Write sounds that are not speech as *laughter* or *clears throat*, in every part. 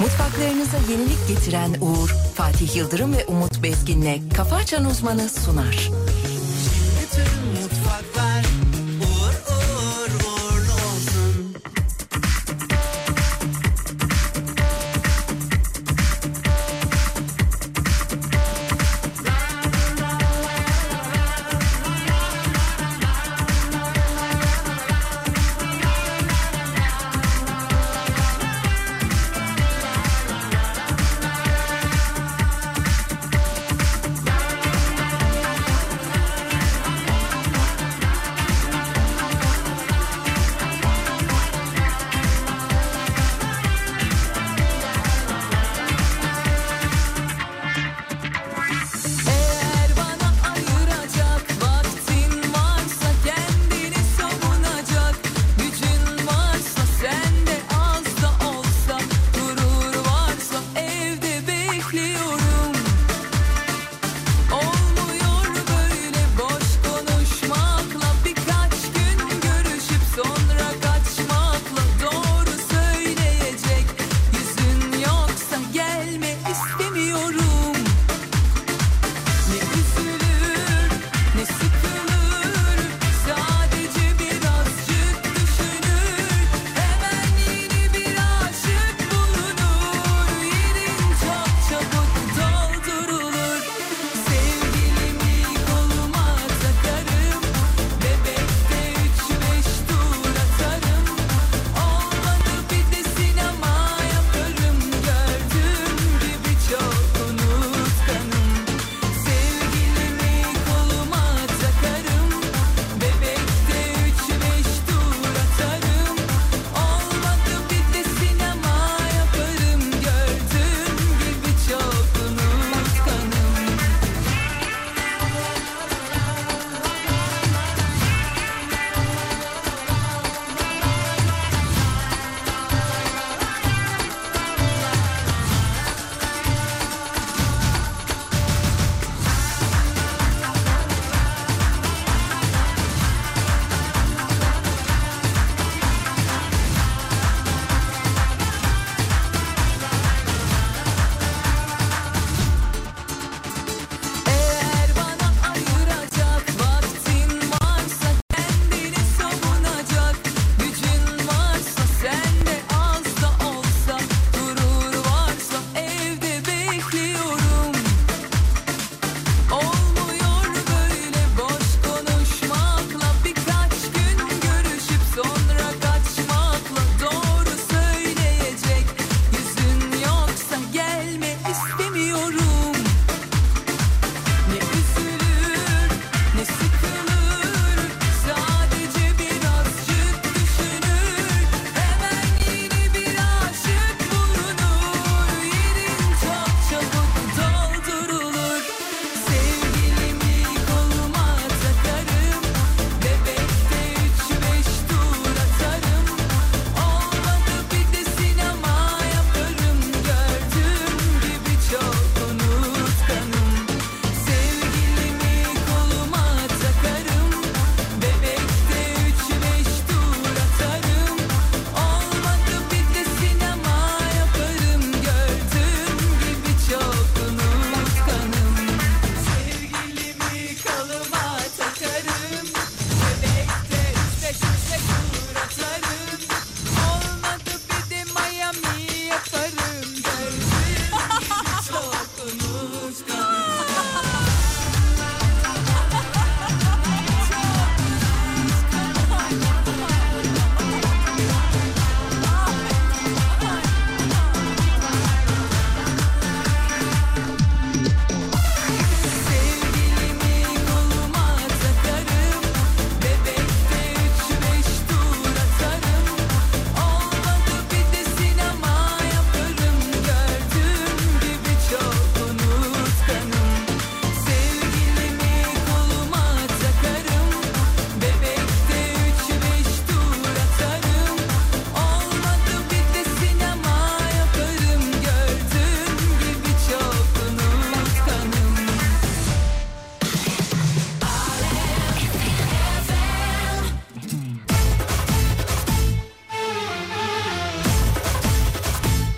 Mutfaklarınıza yenilik getiren Uğur, Fatih Yıldırım ve Umut Bezgin'le Kafa Açan Uzmanı sunar.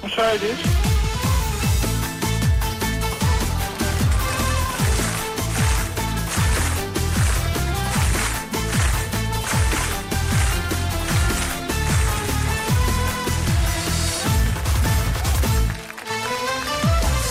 müsaitiz.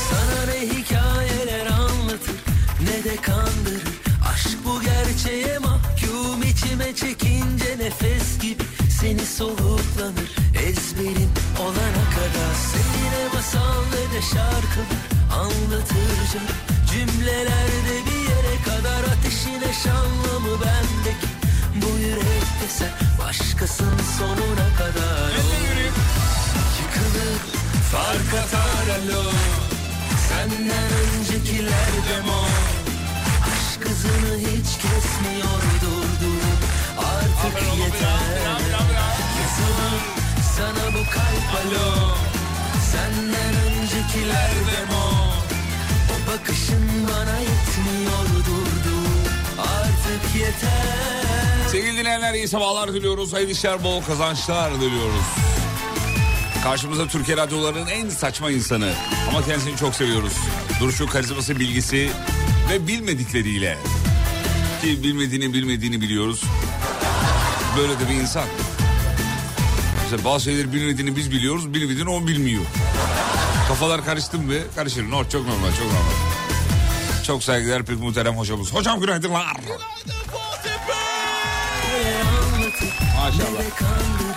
Sana ne hikayeler anlatır ne de kandırır Aşk bu gerçeğe mahkum içime çekince nefes gibi Seni soluklanır ezberim olana kadar Seninle masal ve de şarkılar anlatırcam Cümlelerde bir yere kadar ateşine şanlı mı bendeki Bu yürekte sen başkasın sonuna kadar Yıkılır fark atar alo Senden öncekiler demo Aşk hızını hiç kesmiyor durdurup Artık yeter Yazılır sana bu kalp alo Senden öncekiler demo O bakışın bana yetmiyor durdurup Artık yeter Sevgili dinleyenler iyi sabahlar diliyoruz. Hayırlı işler bol kazançlar diliyoruz. Karşımızda Türkiye radyolarının en saçma insanı. Ama kendisini çok seviyoruz. Duruşu, karizması, bilgisi ve bilmedikleriyle. Ki bilmediğini bilmediğini biliyoruz. Böyle de bir insan. Mesela bazı şeyleri bilmediğini biz biliyoruz, bilmediğini o bilmiyor. Kafalar karıştı mı? Karışır. No, çok normal, çok normal. Çok saygılar pek muhterem hocamız. Hocam günaydınlar. Maşallah. Ne kandırır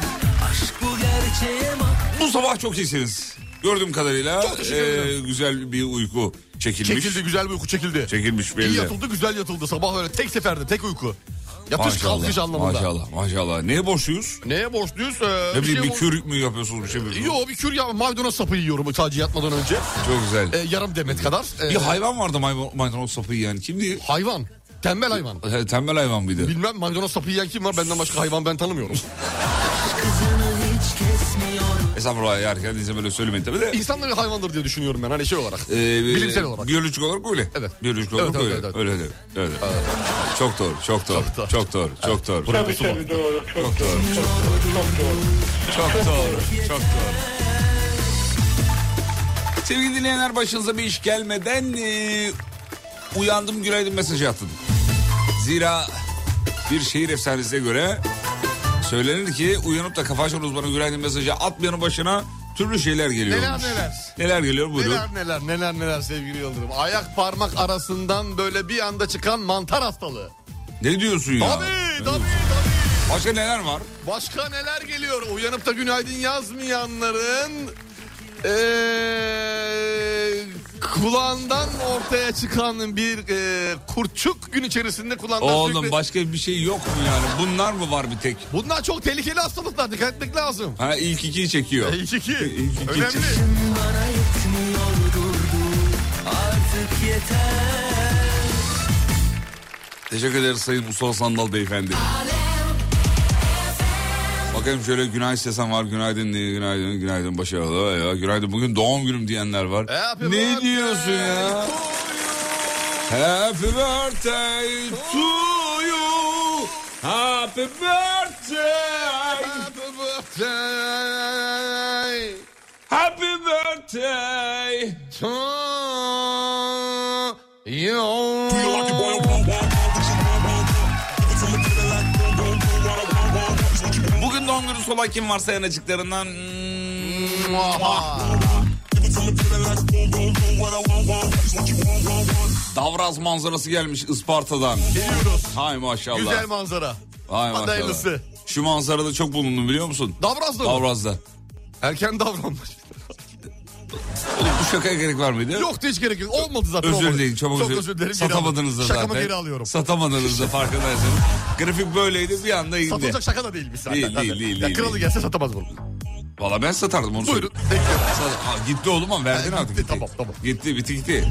aşk bu gerçeğe mahkum Bu sabah çok iyisiniz. Gördüğüm kadarıyla Çok teşekkür ederim. e, güzel bir uyku çekilmiş. Çekildi güzel bir uyku çekildi. Çekilmiş İyi belli. yatıldı güzel yatıldı sabah öyle tek seferde tek uyku. Yatış Maşallah, kalkış anlamında. Maşallah maşallah. Neye borçluyuz? Neye borçluyuz? Ee, Ne bileyim şey bir kür mü yapıyorsunuz bir şey mi? yapıyorsunuz? Yo bir kür ya maydanoz sapı yiyorum sadece yatmadan önce. Çok güzel. Ee, yarım demet kadar. Ee, bir hayvan vardı maymun, maydanoz sapı yiyen. Kimdi? hayvan. Tembel hayvan. E, Tembel hayvan mıydı? Bilmem maydanoz sapı yiyen kim var benden başka hayvan *laughs* ben tanımıyorum. hızını hiç kesmiyor Estağfurullah ya kendinize böyle söylemeyin tabii de. İnsanlar hayvandır diye düşünüyorum ben hani şey olarak. E, bilimsel olarak. Biyolojik olarak öyle. Evet. Biyolojik olarak Evet, evet, öyle. evet, evet. Öyle de. Öyle de. Çok doğru, çok doğru. Çok doğru. Çok doğru, çok doğru. Tabii tabii doğru. Çok, doğru. Çok doğru. Çok doğru. Çok doğru, çok doğru. Sevgili dinleyenler başınıza bir iş gelmeden e, uyandım günaydın mesajı atın. Zira bir şehir efsanesine göre söylenir ki uyanıp da kafa açan uzmanı günaydın mesajı atmayanın başına türlü şeyler geliyor. Neler neler. Neler geliyor buyurun. Neler neler neler neler sevgili Yıldırım. Ayak parmak arasından böyle bir anda çıkan mantar hastalığı. Ne diyorsun ya? Tabii tabii tabii. Başka neler var? Başka neler geliyor? Uyanıp da günaydın yazmayanların eee, kulağından ortaya çıkan bir eee, kurçuk gün içerisinde kulağından Oğlum sürekli- başka bir şey yok mu yani? Bunlar mı var bir tek? Bunlar çok tehlikeli hastalıklar dikkat etmek lazım. Ha ilk ikiyi çekiyor. İlk E, iki. İlk iki. Önemli. bana yetmiyor durdu artık yeter Teşekkür ederiz Sayın Mustafa Sandal beyefendi. Bakayım şöyle günaydın sesen var. Günaydın diye günaydın günaydın başarılı. Ya, günaydın bugün doğum günüm diyenler var. E, Happy ne birthday diyorsun ya? Happy birthday to you. Happy birthday. Happy birthday Happy birthday. to you. Bugün doğum günü sola kim varsa hmm, yanacıklarından... oh, Davraz manzarası gelmiş Isparta'dan. Geliyoruz. Hay maşallah. Güzel manzara. Hay maşallah. adaylısı. Şu manzarada çok bulundum biliyor musun? Davrazlı mı? Davraz'da. Erken davranmış. Oğlum bu şakaya gerek var mıydı? Yoktu hiç gerek yok. Olmadı zaten. Özür olmadı. dileyin çok özür, dilerim. Geri Satamadınız da aldım. zaten. Şakamı geri alıyorum. Satamadınız da farkındaysanız. Grafik böyleydi bir anda indi. Satılacak şaka da değil bir zaten. Değil, değil, değil, Ya değil, kralı değil. gelse satamaz bunu. Valla ben satardım onu. Buyurun. söyleyeyim. Bekliyorum. Sa- Aa, gitti oğlum ama verdin Ha, artık. gitti, tamam, tamam. Gitti bitti gitti.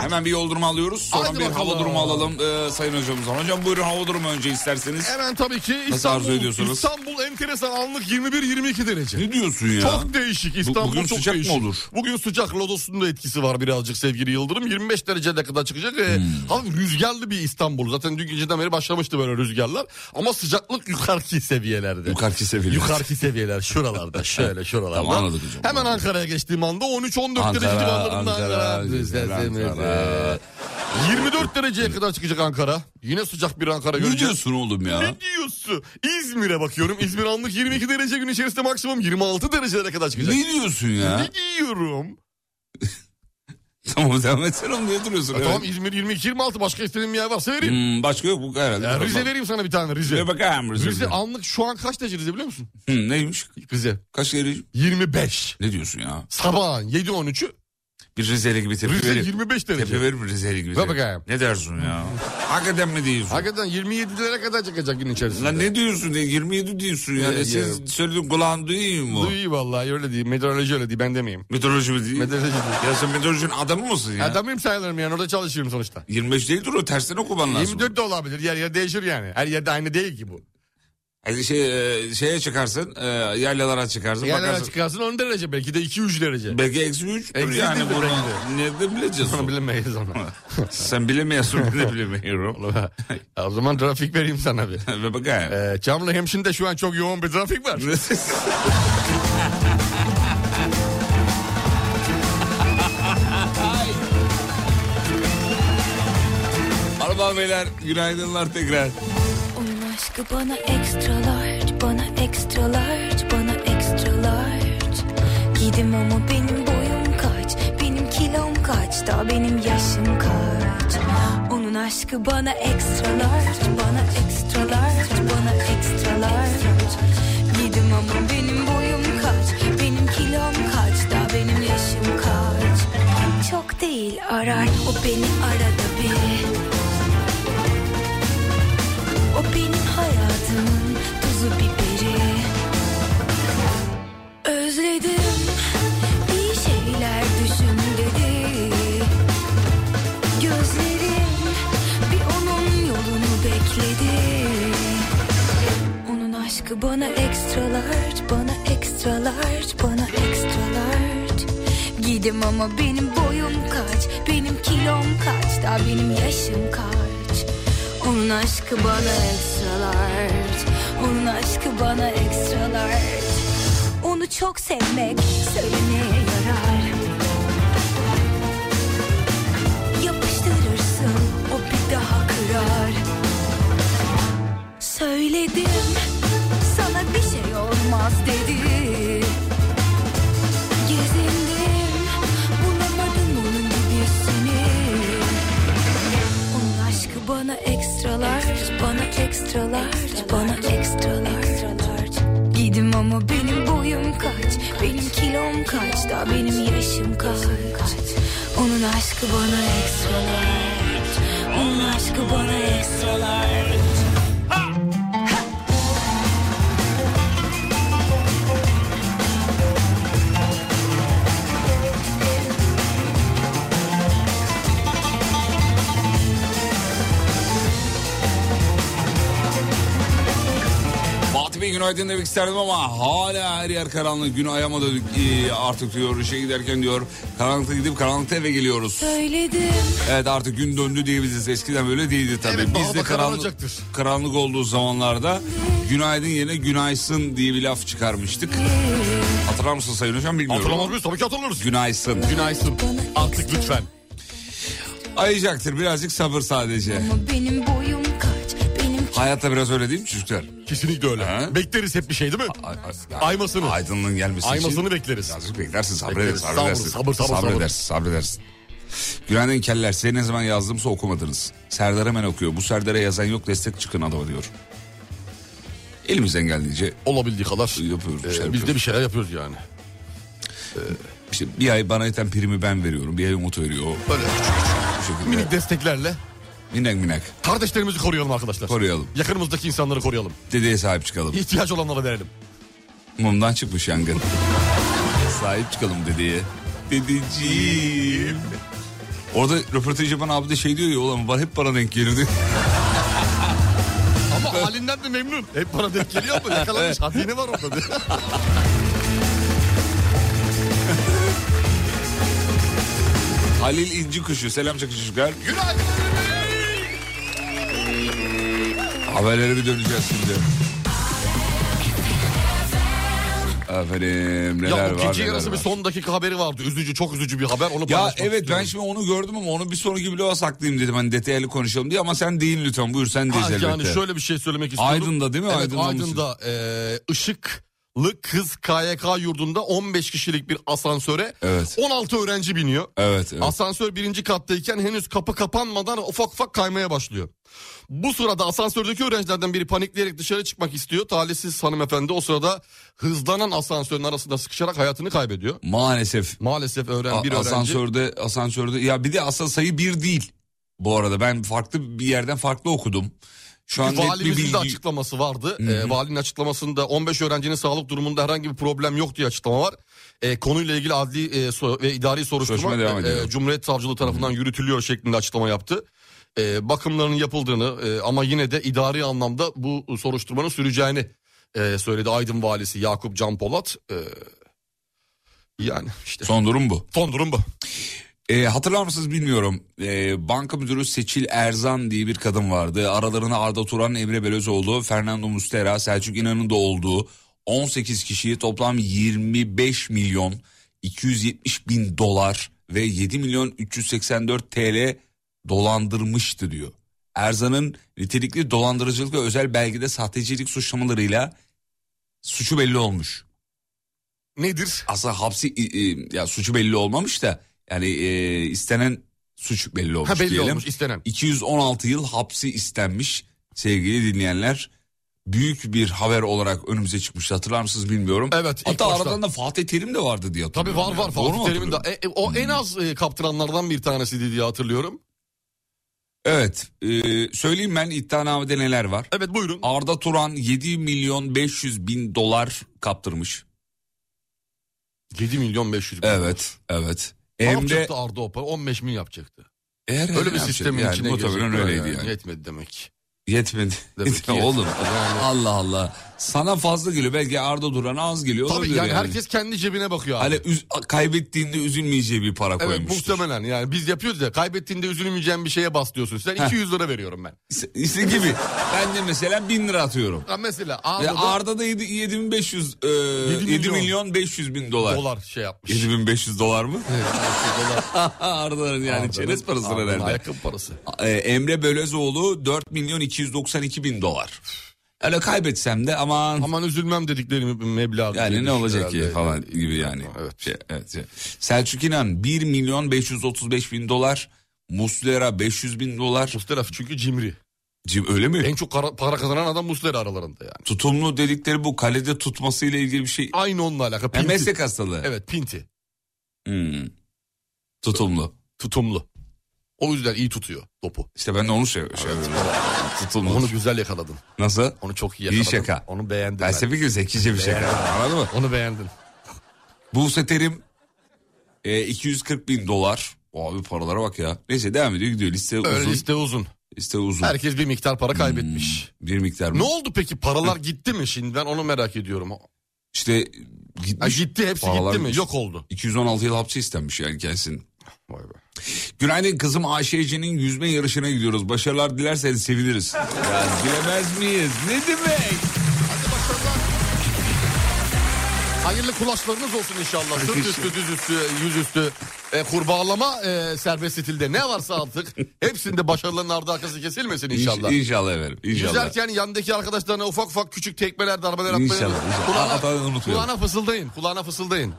Hemen bir yol durumu alıyoruz. Sonra Haydi bir bakalım. hava durumu alalım ee, sayın hocamızdan. Hocam buyurun hava durumu önce isterseniz. Hemen tabii ki Nasıl İstanbul. arzu ediyorsunuz? İstanbul enteresan anlık 21-22 derece. Ne diyorsun ya? Çok değişik İstanbul bugün çok sıcak mı değişik. olur? Bugün sıcak lodosunun da etkisi var birazcık sevgili Yıldırım. 25 derecede kadar çıkacak. Ee, Hmm. hafif rüzgarlı bir İstanbul. Zaten dün geceden beri başlamıştı böyle rüzgarlar. Ama sıcaklık yukarıki seviyelerde. Yukarıki seviyeler. Yukarıki *laughs* seviyeler. şuralarda şöyle şuralarda. Tamam, anladık hocam. Hemen Ankara'ya geçtiğim anda 13-14 derece Ankara, civarlarında Ankara, Ankara. güzel Ankara. 24 dereceye kadar çıkacak Ankara. Yine sıcak bir Ankara Ne göreceğiz. diyorsun oğlum ya? Ne diyorsun? İzmir'e bakıyorum. İzmir anlık 22 derece gün içerisinde maksimum 26 derecelere kadar çıkacak. Ne diyorsun ya? Ne diyorum? tamam devam etsene oğlum niye duruyorsun? Evet. Tamam İzmir 22-26 başka istediğim bir yer varsa vereyim. Hmm, başka yok bu herhalde. Ya, Tamam. Rize vereyim sana bir tane Rize. Ver bakayım Rize. Rize anlık şu an kaç derece Rize biliyor musun? Hı, neymiş? Rize. Kaç derece? 25. Ne diyorsun ya? Sabahın 7-13'ü Bir Rizeli gibi tepki Rize verir. 25 Tepki derece. verir mi Rizeli gibi? Ver tepki? bakayım. Ne dersin ya? Hakikaten mi diyorsun? Hakikaten 27'lere kadar çıkacak gün içerisinde. Lan ne diyorsun? Ne, 27 diyorsun yani. Ya, Siz ya. söylediğin kulağın duyuyor mu? Duyu vallahi öyle değil. Meteoroloji öyle değil ben demeyeyim. Meteoroloji mi değil? Meteoroloji değil. Ya sen meteorolojinin adamı mısın ya? Adamıyım sayılırım yani orada çalışıyorum sonuçta. 25 değildir o tersten okuman lazım. 24 de olabilir yer yer değişir yani. Her yerde aynı değil ki bu. Yani şey, e, şeye çıkarsın, e, yaylalara çıkarsın. Yerlere bakarsın. çıkarsın 10 derece belki de 2-3 derece. Belki eksi 3 Eksi yani değildir bunu. belki Nerede bileceğiz Onu onu? bilemeyiz onu. *laughs* Sen bilemiyorsun ben de *laughs* bilemiyorum. o zaman trafik vereyim sana bir. Ve bakayım. *laughs* Ee, Çamlı Hemşin'de şu an çok yoğun bir trafik var. Araba beyler günaydınlar tekrar. Onun aşkı bana extra large, bana extra large, bana extra large. Gidim ama benim boyum kaç, benim kilom kaç, da benim yaşım kaç. Onun aşkı bana extra large, bana extra large, bana extra large. Gidim ama benim boyum kaç, benim kilom kaç, da benim yaşım kaç. Çok değil arar, o beni arada bir. O benim hayatımın tuzu biberi Özledim iyi şeyler düşün dedi Gözlerim bir onun yolunu bekledi Onun aşkı bana extra large, bana extra large, bana extra large Gidim ama benim boyum kaç, benim kilom kaç, daha benim yaşım kaç onun aşkı bana extra large Onun aşkı bana extra large Onu çok sevmek söylemeye yarar Yapıştırırsın o bir daha kırar Söyledim sana bir şey olmaz dedi Gezindim bulamadım onun gibisini onun aşkı bana ekstralar, bana ekstralar, bana ekstralar. Gidim ama benim boyum kaç, benim kilom kaç, daha benim yaşım kaç. Onun aşkı bana ekstralar, onun aşkı bana ekstralar. Fatih Bey günaydın demek isterdim ama hala her yer karanlık. Gün ayama da e, artık diyor işe giderken diyor karanlıkta gidip karanlıkta eve geliyoruz. Söyledim Evet artık gün döndü diyebiliriz. Eskiden böyle değildi tabii. Evet, Biz de hava karanlık, kararılacaktır. karanlık olduğu zamanlarda günaydın yerine günaysın diye bir laf çıkarmıştık. Hatırlar mısın Sayın Hocam bilmiyorum. Hatırlamaz mıyız? Tabii ki hatırlarız. Günaysın. Günaysın. Artık lütfen. Ayacaktır birazcık sabır sadece. ama benim boyum kaç, benim Hayatta biraz öyle değil mi çocuklar? Kesinlikle öyle. Ha? Bekleriz hep bir şey değil mi? Ay- ay- Aymasını. Aydınlığın gelmesi için. Aymasını bekleriz. Birazcık beklersin Bekleriz. sabredersin sabredersin. Sabır, sabır, sabır, Sabredersin sabredersin. Günaydın keller size ne zaman yazdımsa okumadınız. Serdar hemen okuyor. Bu Serdar'a yazan yok destek çıkın adama diyor. Elimizden geldiğince Olabildiği kadar. Yapıyoruz, bir şeyler Ee, biz yapıyoruz. de bir şeyler yapıyoruz yani. işte bir ay bana iten primi ben veriyorum. Bir ay umut veriyor. Böyle küçük Bu şekilde. minik desteklerle Minak minak. kardeşlerimizi koruyalım arkadaşlar. Koruyalım. Yakınımızdaki insanları koruyalım. Dedeye sahip çıkalım. İhtiyaç olanlara verelim. Mumdan çıkmış yangın. Sahip çıkalım dedeye. Dedeciğim. Orada röportaj yapan abi de şey diyor ya ulan var hep bana denk gelir diyor. Ama halinden de memnun. Hep bana denk geliyor *laughs* mu? Yakalamış. Hazine var orada. Halil İnci Kuşu selam çakı çocuklar. Günaydın. Haberlere bir döneceğiz şimdi. Efendim neler ya var o gece neler yarısı bir var. son dakika haberi vardı. Üzücü çok üzücü bir haber. Onu Ya paylaşmak evet ben istiyorum. şimdi onu gördüm ama onu bir sonraki bloğa saklayayım dedim. Hani detaylı konuşalım diye ama sen değil lütfen buyur sen deyiz Ha, elbette. yani şöyle bir şey söylemek istiyorum. Aydın'da değil mi? Evet, Aydın'da mısın? Aydın'da e, Işıklı Kız KYK yurdunda 15 kişilik bir asansöre Evet. 16 öğrenci biniyor. Evet evet. Asansör birinci kattayken henüz kapı kapanmadan ufak ufak kaymaya başlıyor. Bu sırada asansördeki öğrencilerden biri panikleyerek dışarı çıkmak istiyor. Talihsiz hanımefendi o sırada hızlanan asansörün arasında sıkışarak hayatını kaybediyor. Maalesef Maalesef öğren, A- bir öğrenci... asansörde asansörde ya bir de aslında sayı bir değil. Bu arada ben farklı bir yerden farklı okudum. Şu an net bir Valimizin de bilgi. açıklaması vardı. Ee, valinin açıklamasında 15 öğrencinin sağlık durumunda herhangi bir problem yok diye açıklama var. Ee, konuyla ilgili adli e, so- ve idari soruşturma Soruşturma devam e, ediyor. Cumhuriyet Savcılığı tarafından yürütülüyor şeklinde açıklama yaptı. Ee, bakımlarının yapıldığını e, ama yine de idari anlamda bu soruşturmanın süreceğini e, söyledi Aydın valisi Yakup Can Polat. Ee, yani işte Son durum bu. son durum bu. E, hatırlar mısınız bilmiyorum. E, banka müdürü Seçil Erzan diye bir kadın vardı. Aralarına Arda Turan, Emre Belözoğlu, Fernando Mustera, Selçuk İnan'ın da olduğu 18 kişiye toplam 25 milyon 270 bin dolar ve 7 milyon 384 TL dolandırmıştı diyor. Erzan'ın nitelikli dolandırıcılık ve özel belgede sahtecilik suçlamalarıyla suçu belli olmuş Nedir? aslında hapsi i- i- ya suçu belli olmamış da yani e, istenen suç belli olmuş Ha belli diyelim. olmuş istenen. 216 yıl hapsi istenmiş sevgili dinleyenler. Büyük bir haber olarak önümüze çıkmış hatırlar mısınız bilmiyorum. Evet, ilk Hatta başta. aradan da Fatih Terim de vardı diye Tabii hatırlıyorum. var var ya. Doğru mu Fatih Terim'in de. hatırlıyorum? E, e, o en az e, kaptıranlardan bir tanesiydi diye hatırlıyorum. Evet e, söyleyeyim ben iddianamede neler var. Evet buyurun. Arda Turan 7 milyon 500 bin dolar kaptırmış. 7 milyon 500 bin. Evet evet. Ne Emre yapacaktı Arda Opa? 15 milyon yapacaktı. Eğer Öyle bir yapacaktı sistemin yani, içine muhtemelen girecekti. öyleydi yani. Yetmedi demek. *laughs* Yetmedi. Demek ki Oğlum yetmedi. Yani- Allah Allah. Sana fazla geliyor. Belki Arda Duran az geliyor. Tabii olabilir yani, herkes kendi cebine bakıyor abi. Hani üz- kaybettiğinde üzülmeyeceği bir para evet koymuştur. muhtemelen yani biz yapıyoruz ya kaybettiğinde üzülmeyeceğim bir şeye bas diyorsun. Sen 200 lira veriyorum ben. İşte- İşte gibi. Ben de mesela bin lira atıyorum. Ha mesela Ve Arda'da Arda da yedi- 7500 e, 7 milyon. milyon. 500 bin dolar. dolar şey yapmış. 7500 dolar mı? Evet, dolar. *laughs* Arda'nın yani Arda'nın- çerez parası Arda'nın herhalde. Ayakkabı parası. E, Emre Bölezoğlu 4 milyon 292 bin dolar. Öyle kaybetsem de aman Aman üzülmem dedikleri meblağ. Yani ne olacak ki herhalde. falan gibi yani. Evet. Şey, evet, şey. Selçuk İnan 1 milyon 535 bin dolar. Muslera 500 bin dolar. Mustera çünkü cimri. Cim, öyle mi? En çok kara- para kazanan adam Mustera aralarında yani. Tutumlu dedikleri bu kalede tutmasıyla ilgili bir şey. Aynı onunla alakalı. Yani Pinti. meslek hastalığı. Evet pinti. Hmm. Tutumlu. Tutumlu. O yüzden iyi tutuyor topu. İşte ben de onu şey, şey Tutumlu. Onu güzel yakaladın. Nasıl? Onu çok iyi İyi yakaladın. şaka. Onu beğendim. ben. Felsefi gibi zekice bir şey. Anladın mı? Onu beğendim. Buse Terim e, 240 bin dolar. Abi paralara bak ya. Neyse devam ediyor gidiyor. Liste Öyle uzun. liste uzun. Liste uzun. Herkes bir miktar para kaybetmiş. Bir miktar. Ne oldu peki? Paralar gitti mi şimdi? Ben onu merak ediyorum. İşte Ha, gitmiş. gitti hepsi Paralar gitti mi? gitmiş. Yok oldu. 216 yıl hapsi istenmiş yani gelsin. Vay be. Günaydın kızım Ayşece'nin yüzme yarışına gidiyoruz. Başarılar dilerseniz seviniriz. Ya dilemez miyiz? Ne demek? Hayırlı kulaçlarınız olsun inşallah. Sırt üstü, düz üstü, yüz üstü. E, kurbağalama e, serbest stilde ne *laughs* varsa artık hepsinde başarıların ardı arkası kesilmesin inşallah. İnş- İnşallah efendim. İnşallah. Yüzerken yandaki arkadaşlarına ufak ufak küçük tekmeler, darbeler atmayın. İnşallah, inşallah. Kulağına, Aa, ben unutuyorum. kulağına fısıldayın, kulağına fısıldayın.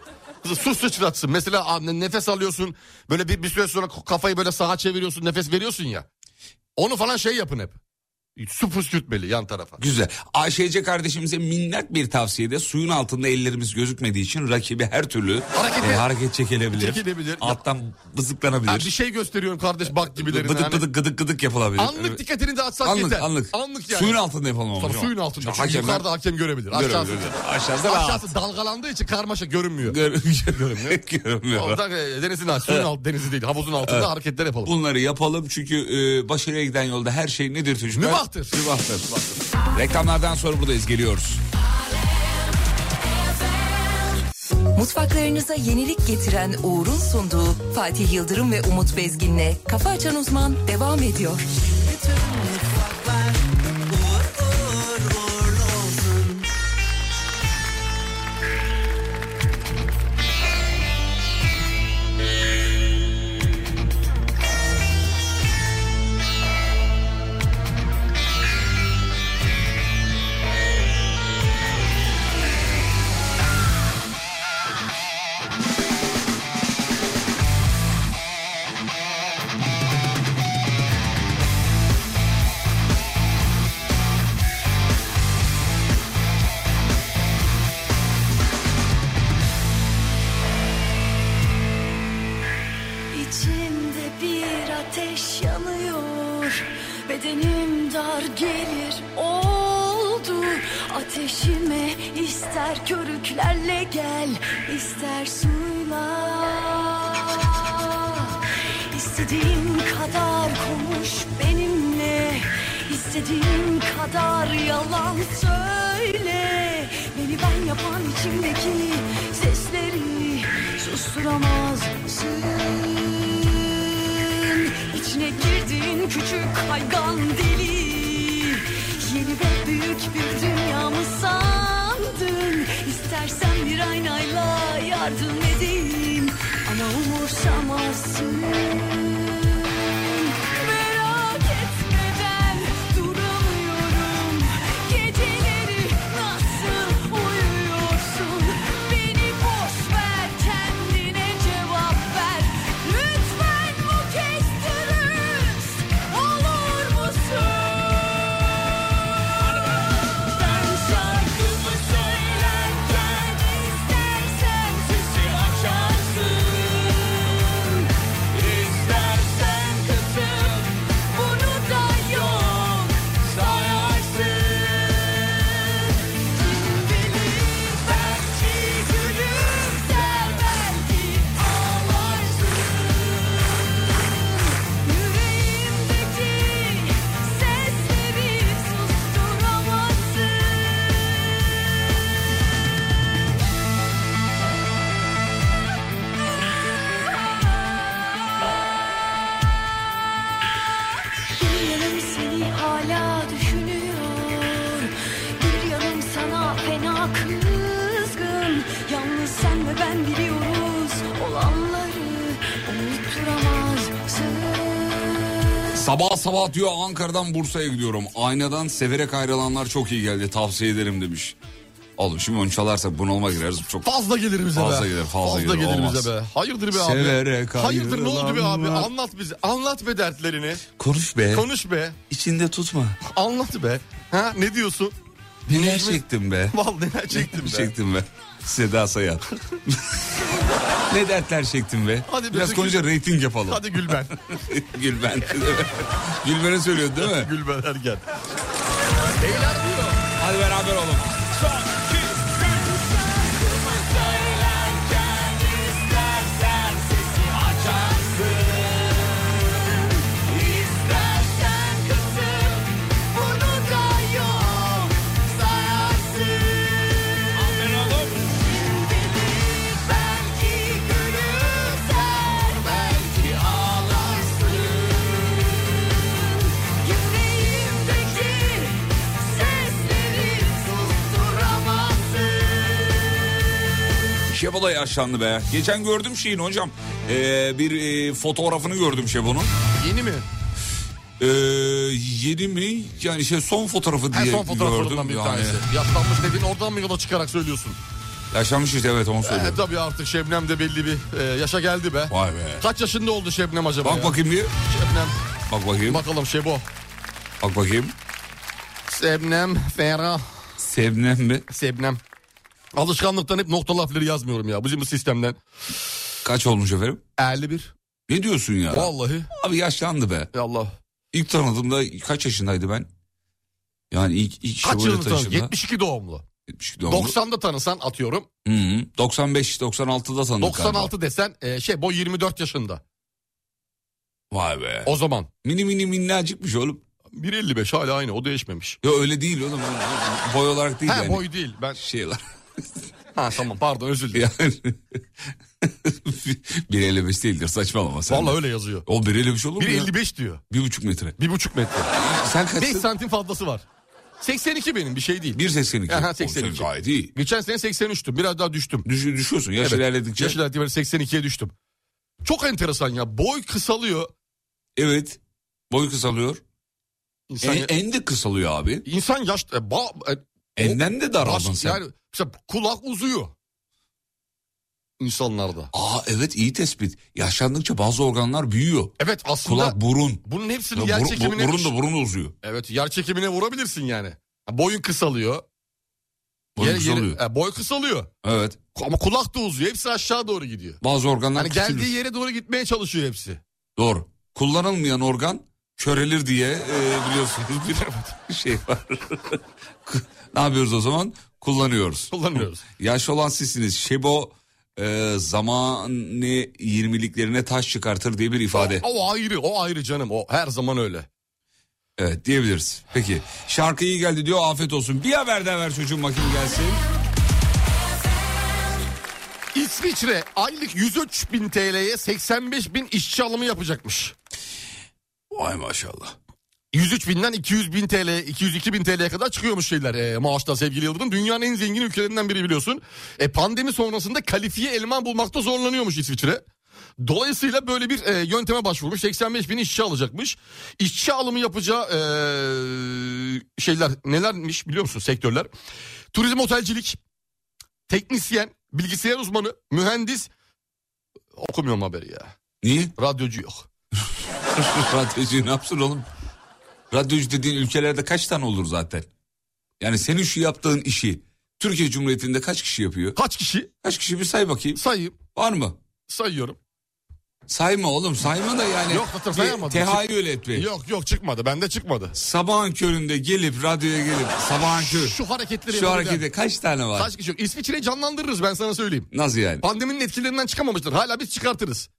Kızı Su sıçratsın. Mesela a, ne- nefes alıyorsun. Böyle bir, bir süre sonra kafayı böyle sağa çeviriyorsun. Nefes veriyorsun ya. Onu falan şey yapın hep. Su püskürtmeli yan tarafa. Güzel. Ayşece kardeşimize minnet bir tavsiyede suyun altında ellerimiz gözükmediği için rakibi her türlü Hareket- e, hareket çekilebilir. Çekilebilir. Alttan Ha, bızıklanabilir. bir şey gösteriyorum kardeş bak gibilerinden. Gıdık Hani gıdık gıdık gıdık yapılabilir. Anlık dikkatini dağıtsak anlık, yeter. anlık. Anlık yani. Suyun altında yapalım ama. Tabii hocam. suyun altında. Çünkü Hakemler- yukarıda hakem görebilir. Görebilir, Aşağısı, görebilir. Aşağısı rahat. aşağısı dalgalandığı için karmaşa görünmüyor. Gör- *laughs* görünmüyor. görünmüyor. Orada e, denizin altı, suyun altı, denizi değil havuzun altında hareketler yapalım. Bunları yapalım çünkü e, başarıya giden yolda her şey nedir çocuklar? Mübahtır. Mübahtır. Reklamlardan sonra buradayız geliyoruz. Mutfaklarınıza yenilik getiren Uğur'un sunduğu Fatih Yıldırım ve Umut Bezgin'le Kafa Açan Uzman devam ediyor. İçimde bir ateş yanıyor Bedenim dar gelir oldu Ateşime ister körüklerle gel ister suyla İstediğim kadar konuş benimle İstediğim kadar yalan söyle Beni ben yapan içimdeki sesleri susturamazsın İçine girdiğin küçük kaygan deli Yeni ve büyük bir dünya mı sandın İstersen bir aynayla yardım edeyim Ama umursamazsın Merak etme ben duramıyorum Geceleri nasıl uyuyorsun Beni boş ver kendine cevap ver Lütfen bu kez dürüst olur musun ben şarkımı söylerken istersen sesi açarsın İstersen kızım bunu da yok sayarsın Kim bilir belki gülürsen belki ağlarsın Yüreğimdeki sesleri susturamazsın Bir yanım seni hala düşünüyor Bir yanım sana fena kızgın Yalnız sen ve ben biliyoruz olanları Unutturamazsın Sabah sabah diyor Ankara'dan Bursa'ya gidiyorum. Aynadan severek ayrılanlar çok iyi geldi. Tavsiye ederim demiş. Oğlum şimdi onu çalarsak bunalıma gireriz. Çok Fazla gelir bize Fazla be. gelir, fazla gelir, olmaz. bize be. Hayırdır be abi? Severek Hayırdır ne oldu be abi? ayrılanlar. Anlat bize. Anlat be dertlerini. Konuş be. Konuş be. İçinde tutma. Anlat be. Ha ne diyorsun? Neler çektim be. Vallahi *laughs* neler çektim be. Çektim be. Seda Sayan. ne dertler çektim be. Hadi be, Biraz dökül. konuşa reyting yapalım. Hadi Gülben. *laughs* Gülben. *laughs* Gülben'e söylüyordu değil mi? Gülben Ergen. Hadi beraber olalım. İstersen kızım bunu da yok sayarsın Bilir belki gülürsen belki ağlarsın Yüreğimdeki sesleri susturamazsın Şebo da yaşlandı be. Geçen gördüm şeyin hocam. Ee, bir e, fotoğrafını gördüm Şebo'nun. Yeni mi? Ee, yeni mi? Yani şey son fotoğrafı En diye son gördüm. fotoğraflarından bir yani. tanesi. Yaşlanmış dedin oradan mı yola çıkarak söylüyorsun? Yaşlanmış işte evet onu E, söylüyorum. tabii artık Şebnem de belli bir e, yaşa geldi be. Vay be. Kaç yaşında oldu Şebnem acaba Bak ya? bakayım bir. Şebnem. Bak bakayım. Bak, Bakalım Şebo. bakayım. Şebnem Ferah. Sevnem mi? Sebnem. Alışkanlıktan hep nokta lafları yazmıyorum ya. Bizim bu sistemden. Kaç olmuş efendim? 51. Ne diyorsun ya? Vallahi. Abi yaşlandı be. Ya Allah. İlk tanıdığımda kaç yaşındaydı ben? Yani ilk, ilk Kaç Chevrolet yılını tanıdın? taşıdığımda- 72 doğumlu. 72 doğumlu. 90'da tanısan atıyorum. Hı hı. 95 96'da tanıdık 96. 96 desen e, şey boy 24 yaşında. Vay be. O zaman. Mini mini minnacıkmış oğlum. 1.55 hala aynı o değişmemiş. Ya öyle değil oğlum. Boy olarak değil ha yani. boy değil ben. Şeyler. Ha tamam pardon özür dilerim. *laughs* Yani. 1.55 değildir saçmalama sen. Vallahi öyle yazıyor. O 1.55 olur mu ya? 1.55 diyor. Bir buçuk metre. 1.5 metre. Sen 5 kaçsın? santim fazlası var. 82 benim bir şey değil. 1.82. Aha, O sen 82. Gayet iyi. Geçen sene 83'tüm biraz daha düştüm. Düş, düşüyorsun yaş Evet. ilerledikçe. Yaş ilerledikçe böyle 82'ye düştüm. Çok enteresan ya. Boy kısalıyor. Evet. Boy kısalıyor. İnsan, En, en de kısalıyor abi. insan yaş... e, ba, e, Enden de baş- daraldın sen. yani mesela kulak uzuyor. İnsanlarda. Aa evet iyi tespit. Yaşlandıkça bazı organlar büyüyor. Evet aslında Kulak, burun. bunun hepsini Ya, yer burun, bu- çekimine... burun da burun da uzuyor. Evet yer çekimine vurabilirsin yani. Ha, Boyun kısalıyor. Boyu Yere- yere- kısalıyor. e, boy kısalıyor. Evet. Ama kulak da uzuyor. Hepsi aşağı doğru gidiyor. Bazı organlar Hani küçülür. geldiği yere doğru gitmeye çalışıyor hepsi. Doğru. Kullanılmayan organ körelir diye e, biliyorsunuz bir *laughs* şey var. ne yapıyoruz o zaman? Kullanıyoruz. Kullanıyoruz. Yaşlı olan sizsiniz. Şebo e, zamanı 20'liklerine taş çıkartır diye bir ifade. O ayrı, o ayrı canım. O her zaman öyle. Evet diyebiliriz. Peki şarkı iyi geldi diyor afet olsun. Bir haber daha ver çocuğum bakayım gelsin. İsviçre aylık 103 bin TL'ye 85 bin işçi alımı yapacakmış. Vay maşallah. 103 binden 200 bin TL, 202 bin TL'ye kadar çıkıyormuş şeyler e, maaşta sevgili Yıldırım. Dünyanın en zengin ülkelerinden biri biliyorsun. E, pandemi sonrasında kalifiye eleman bulmakta zorlanıyormuş İsviçre. Dolayısıyla böyle bir e, yönteme başvurmuş. 85 bin işçi alacakmış. İşçi alımı yapacağı e, şeyler nelermiş biliyor musun sektörler? Turizm otelcilik, teknisyen, bilgisayar uzmanı, mühendis. Okumuyorum haberi ya. Niye? Radyocu yok. *laughs* Radyocu ne yapsın oğlum? Radyocu dediğin ülkelerde kaç tane olur zaten? Yani senin şu yaptığın işi Türkiye Cumhuriyeti'nde kaç kişi yapıyor? Kaç kişi? Kaç kişi bir say bakayım. Sayayım, Var mı? sayıyorum. Sayma oğlum sayma da yani. Yok, hatır sayamadım. Bir Tehayyül et be. Yok yok çıkmadı. Bende çıkmadı. Sabahın köründe gelip radyoya gelip sabahın körü. Şu hareketleri Şu yapabilen- harekete kaç tane var? Kaç kişi yok? İsviçre'yi canlandırırız ben sana söyleyeyim. Nasıl yani? Pandeminin etkilerinden çıkamamıştır. Hala biz çıkartırız.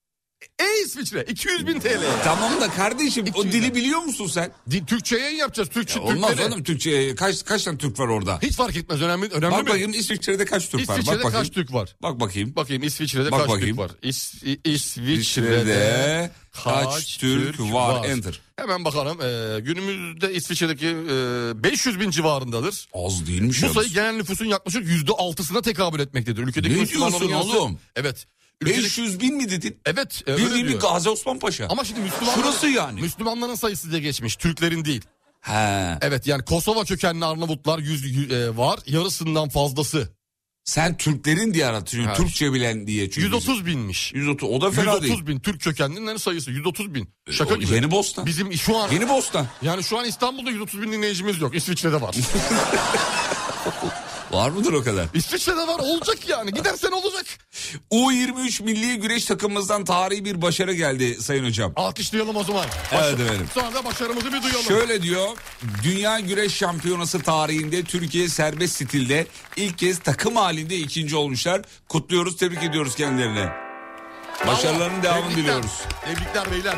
Ey İsviçre 200 bin TL. Tamam da kardeşim o dili biliyor musun sen? Di- Türkçe yayın yapacağız. Türkçe, E, Olmaz Türklere. oğlum Türkçe e, kaç kaç tane Türk var orada? Hiç fark etmez önemli, önemli Bak mi? bakayım İsviçre'de kaç Türk var? İsviçre'de Bak bakayım. kaç Türk var? Bak bakayım. Bakayım İsviçre'de Bak kaç bakayım. Türk var? İs- İ- İsviçre'de İsviçre'de kaç Türk var? Enter. Hemen bakalım. Ee, günümüzde İsviçre'deki e, 500 bin civarındadır. Az değilmiş Bu yalnız. sayı genel nüfusun yaklaşık yüzde altısına tekabül etmektedir. Ülkedeki Ne Müslümanların diyorsun yarısı- oğlum? Evet. Ülkedeki- 500 bin mi dedin? Evet. e, öyle Bildiğin bir diyor. Gazi Osman Paşa. Ama şimdi Müslümanların, Şurası yani. Müslümanların sayısı diye geçmiş. Türklerin değil. He. Evet yani Kosova kökenli Arnavutlar yüz, yü- e, var. Yarısından fazlası. Sen Türklerin diye aratıyorsun. Evet. Türkçe bilen diye. Çünkü 130 binmiş. 130. O da fena 130 değil. E, bin Türk kökenlilerin sayısı 130 bin. Şaka O gibi. Yeni Bostan. Bizim şu an Yeni Bostan. yani şu an İstanbul'da 130 bin dinleyicimiz yok. İsviçre'de *laughs* var. Var mıdır o kadar? İsviçre'de var olacak yani. Gidersen olacak. U23 milli güreş takımımızdan tarihi bir başarı geldi sayın hocam. Alkışlayalım o zaman. Evet efendim. Sonra da başarımızı bir duyalım. Şöyle diyor. Dünya Güreş Şampiyonası tarihinde Türkiye serbest stilde ilk kez takım halinde ikinci olmuşlar. Kutluyoruz, tebrik ediyoruz kendilerine. Bravo. Başarılarının devamını Tebrikler. diliyoruz. Tebrikler beyler.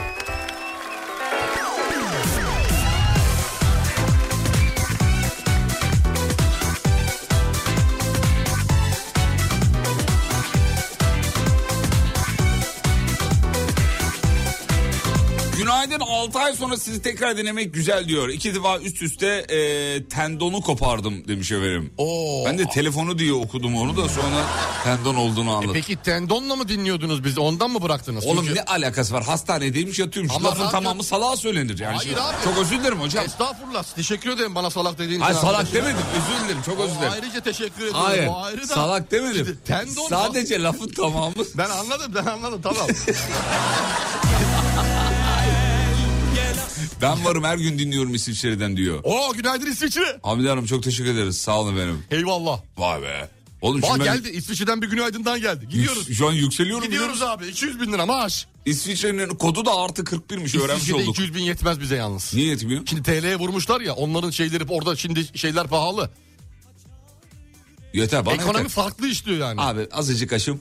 Günaydın 6 ay sonra sizi tekrar dinlemek güzel diyor. İki defa üst üste e, tendonu kopardım demiş efendim. Oo. Ben de telefonu diye okudum onu da sonra tendon olduğunu anladım. E Peki tendonla mı dinliyordunuz biz? Ondan mı bıraktınız? Oğlum Çünkü- ne alakası var? Hastanedeymiş yatıyormuş. Ama Lafın radyo- tamamı salağa söylenir. Yani Hayır Şimdi- abi. Çok özür dilerim hocam. Estağfurullah. Teşekkür ederim bana salak dediğin için. Hayır salak arkadaşım. demedim. Özür dilerim. Çok özür O dilerim. Ayrıca teşekkür ediyorum. Hayır. O ayrı da- Salak demedim. Şimdi Tendon. Sadece lafın tamamı. *laughs* Ben anladım ben anladım tamam. Ben varım her gün dinliyorum İsviçre'den diyor. Oo günaydın İsviçre. Hamide Hanım çok teşekkür ederiz. Sağ olun benim. Eyvallah. Vay be. Oğlum Aa şimdi ben geldi İsviçre'den bir günaydın daha geldi. yük- Gidiyoruz. şu an yükseliyorum. Gidiyoruz abi 200 bin lira maaş. İsviçre'nin kodu da artı 41'miş öğrenmiş İsviçre'de olduk. 200 bin yetmez bize yalnız. Niye yetmiyor? Şimdi TL'ye vurmuşlar ya onların şeyleri orada şimdi şeyler pahalı. Yeter bana Ekonomi yeter. farklı işliyor yani. Abi azıcık aşım.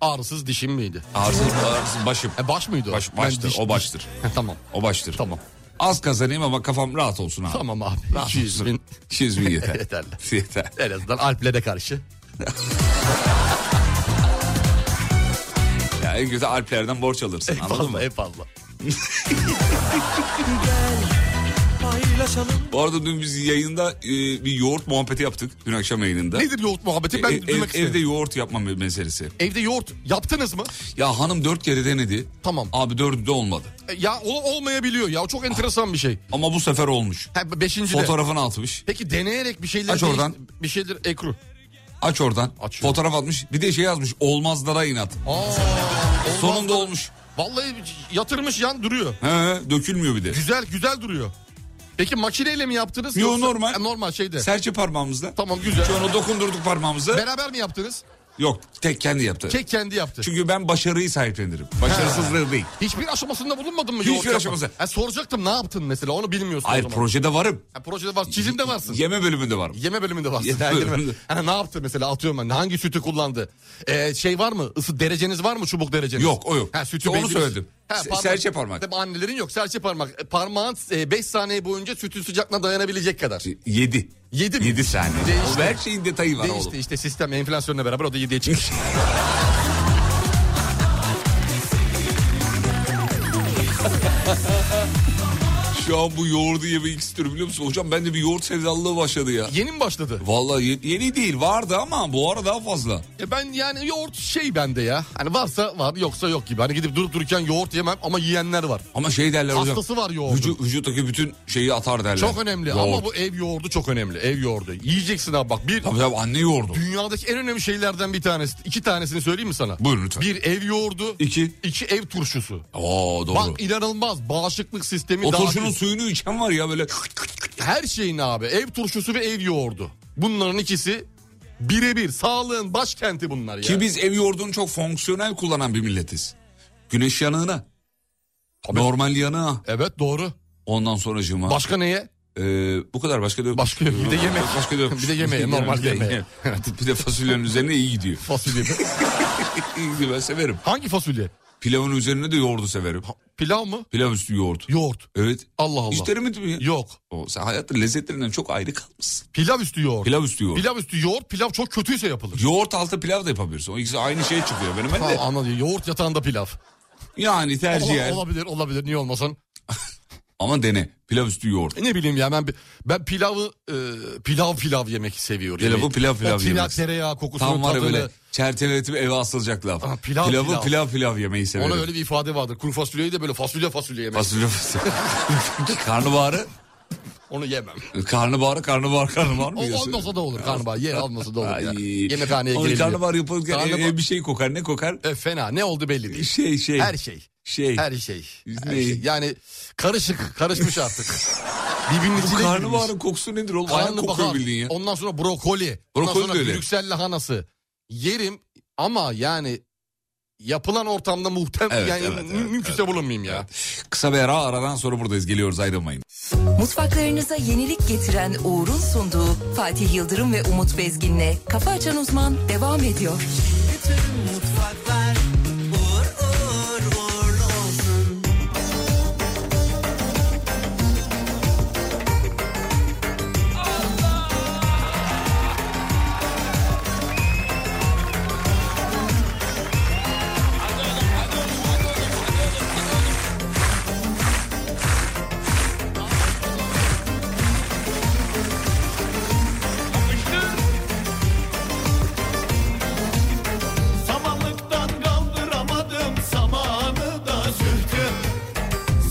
Ağrısız dişim miydi? Ağrısız, ağrısız başım. E, baş mıydı o? Baş- Ben baştır, o *laughs* baştır. He, tamam. O baştır. Tamam. Az kazanayım ama kafam rahat olsun abi. Tamam abi. Rahat 200 olsun. bin. 200 bin yeter. *laughs* Yeterli. Yeter. En azından Alplere karşı. Ya en kötü Alplerden borç alırsın anladın mı? Fazla en fazla. Paylaşalım Bu arada dün biz yayında e, bir yoğurt muhabbeti yaptık. Dün akşam yayınında. Nedir yoğurt muhabbeti? Ben E, ev- duymak isterim. evde yoğurt yapma me- meselesi. Evde yoğurt yaptınız mı? Ya hanım dört kere denedi. Tamam. Abi dördü de olmadı. E, Ya ol- olmayabiliyor ya. O çok enteresan bir şey. Ama bu sefer olmuş. Ha, beşinci de. Fotoğrafını atmış. Peki deneyerek bir şeyler Aç oradan. değiş- bir şeyler ekru. Aç oradan. Açıyorum. Fotoğraf atmış. Bir de şey yazmış. Olmazlara inat. Aa, olmaz. Sonunda olmuş. Vallahi yatırmış yan duruyor. He, dökülmüyor bir de. Güzel güzel duruyor. Peki makineyle mi yaptınız? Yo, Yoksa- normal. Ha, E, normal şeyde. Serçe parmağımızla. Tamam güzel. Onu dokundurduk parmağımıza. Beraber mi yaptınız? Yok tek kendi yaptı. Tek kendi yaptı. Çünkü ben başarıyı sahiplenirim. Başarısızlığı değil. Hiçbir aşamasında bulunmadın mı? Hiçbir yoğurt yapma? aşaması. Ha, soracaktım ne yaptın mesela onu bilmiyorsun Hayır o zaman. projede varım. Ha, projede var, çizimde varsın. Yeme bölümünde varım. Yeme bölümünde varsın. *laughs* Yeme Dergide var. *laughs* bölümünde. Ha, ne yaptı mesela atıyorum ben hangi sütü kullandı? Ee, şey var mı ısı dereceniz var mı çubuk dereceniz? Yok, o yok. Ha, sütü İşte onu belli bir- söyledim. Se- serçe parmak. Tabii annelerin yok serçe parmak. E, Parmağın 5 saniye boyunca sütün sıcaklığına dayanabilecek kadar. Yedi. 7 mi? Yedi saniye. Değişti. O her şeyin detayı var Değişti oğlum. işte sistem enflasyonla beraber o da *laughs* 7'ye çıkmış. Şu an bu yoğurdu yemek istiyorum biliyor musun? Hocam bende bir yoğurt sevdallığı başladı ya. Yeni mi başladı? Vallahi ye- yeni değil vardı ama bu ara daha fazla. E ben yani yoğurt şey bende ya. Hani varsa var yoksa yok gibi. Hani gidip durup dururken yoğurt yemem ama yiyenler var. Ama şey derler hocam. Hastası var yoğurdun. vücu- vücuttaki bütün şeyi atar derler. Çok önemli ama Yoğurt. bu ev yoğurdu çok önemli. Ev yoğurdu. Yiyeceksin abi bak bir Tabii tabii anne yoğurdu. dünyadaki en önemli şeylerden bir tanesi. iki tanesini söyleyeyim mi sana? Buyurun lütfen. Bir ev yoğurdu. İki. iki ev turşusu. Oo doğru. Bak inanılmaz bağışıklık sistemi o dahil. turşunun suyunu içen var ya böyle. her şeyin abi ev turşusu ve ev yoğurdu. Bunların ikisi birebir sağlığın başkenti bunlar ya. Ki biz ev yoğurdunu çok fonksiyonel kullanan bir milletiz. Güneş yanığına. Normal yanığa. Evet doğru. Ondan sonra cuma. Başka neye? bu kadar başka da yok. Başka yok. Bir de yemek. Başka da yok. Bir de yemeğe, normal *laughs* Bir de- yemeğe. bir de fasulyenin üzerine iyi gidiyor. *laughs* Fasulye. mi? iyi gidiyor ben severim. Hangi fasulye? Pilavın üzerine de yoğurdu severim. Pilav mı? Pilav üstü yoğurt. Yoğurt. Evet. Allah Allah. İsterim mi? ya? Yok. O, sen hayatta lezzetlerinden çok ayrı kalmışsın. Pilav üstü yoğurt. Pilav üstü yoğurt. Pilav üstü yoğurt. Pilav çok kötüyse yapılır. Yoğurt altı pilav da yapabilirsin. O ikisi aynı şey çıkıyor benim Ha, ben de. anladım. Yoğurt yatağında pilav. Yani tercih Ola- yani. olabilir olabilir niye olmasın. Ama dene. Pilav üstü yoğurt. E, Ne bileyim ya ben bi- ben pilavı e, pilav pilav yemek seviyorum. Pilavı Yemek. pilav pilav o pilav, yemek. tereyağı kokusunun Tam var ya tadını. böyle çerçeveletip eve asılacak laf. Aa, pilav, Pilavı pilav. pilav pilav, yemeyi severim. Ona öyle bir ifade vardır. Kuru fasulyeyi de böyle fasulye fasulye yemek. Fasulye fasulye. *laughs* karnabaharı, Onu yemem. karnabaharı, karnabahar, karnabahar mı O yiyorsun? olmasa da olur karnabahar. Yer almasa da olur. ya. Ay. Yemekhaneye Oğlum, girelim. Karnabahar yapılırken Karnabahar- ev- ev bir şey kokar. Ne kokar? E, fena ne oldu belli değil. Şey şey. Her şey. Şey. Her şey. Her Ne? şey. Yani karışık, *laughs* karışmış artık. Birbirinin Bu içine girmiş. karnabaharın kokusu nedir oğlum? Ayağın Karnabahar, kokuyor bildiğin ya. Ondan sonra brokoli. Ondan Brokoli sonra de öyle. Brüksel lahanası. Yerim ama yani yapılan ortamda muhtem Evet, yani evet, evet, mümkünse bulunmayayım ya. Kısa bir ara aradan sonra buradayız. Geliyoruz ayrılmayın. Mutfaklarınıza yenilik getiren Uğur'un sunduğu Fatih Yıldırım ve Umut Bezgin'le Kafa Açan Uzman devam ediyor. mutfaklar uğur uğur uğurlu olsun. Samanlıktan kaldıramadım samanı da zühtüm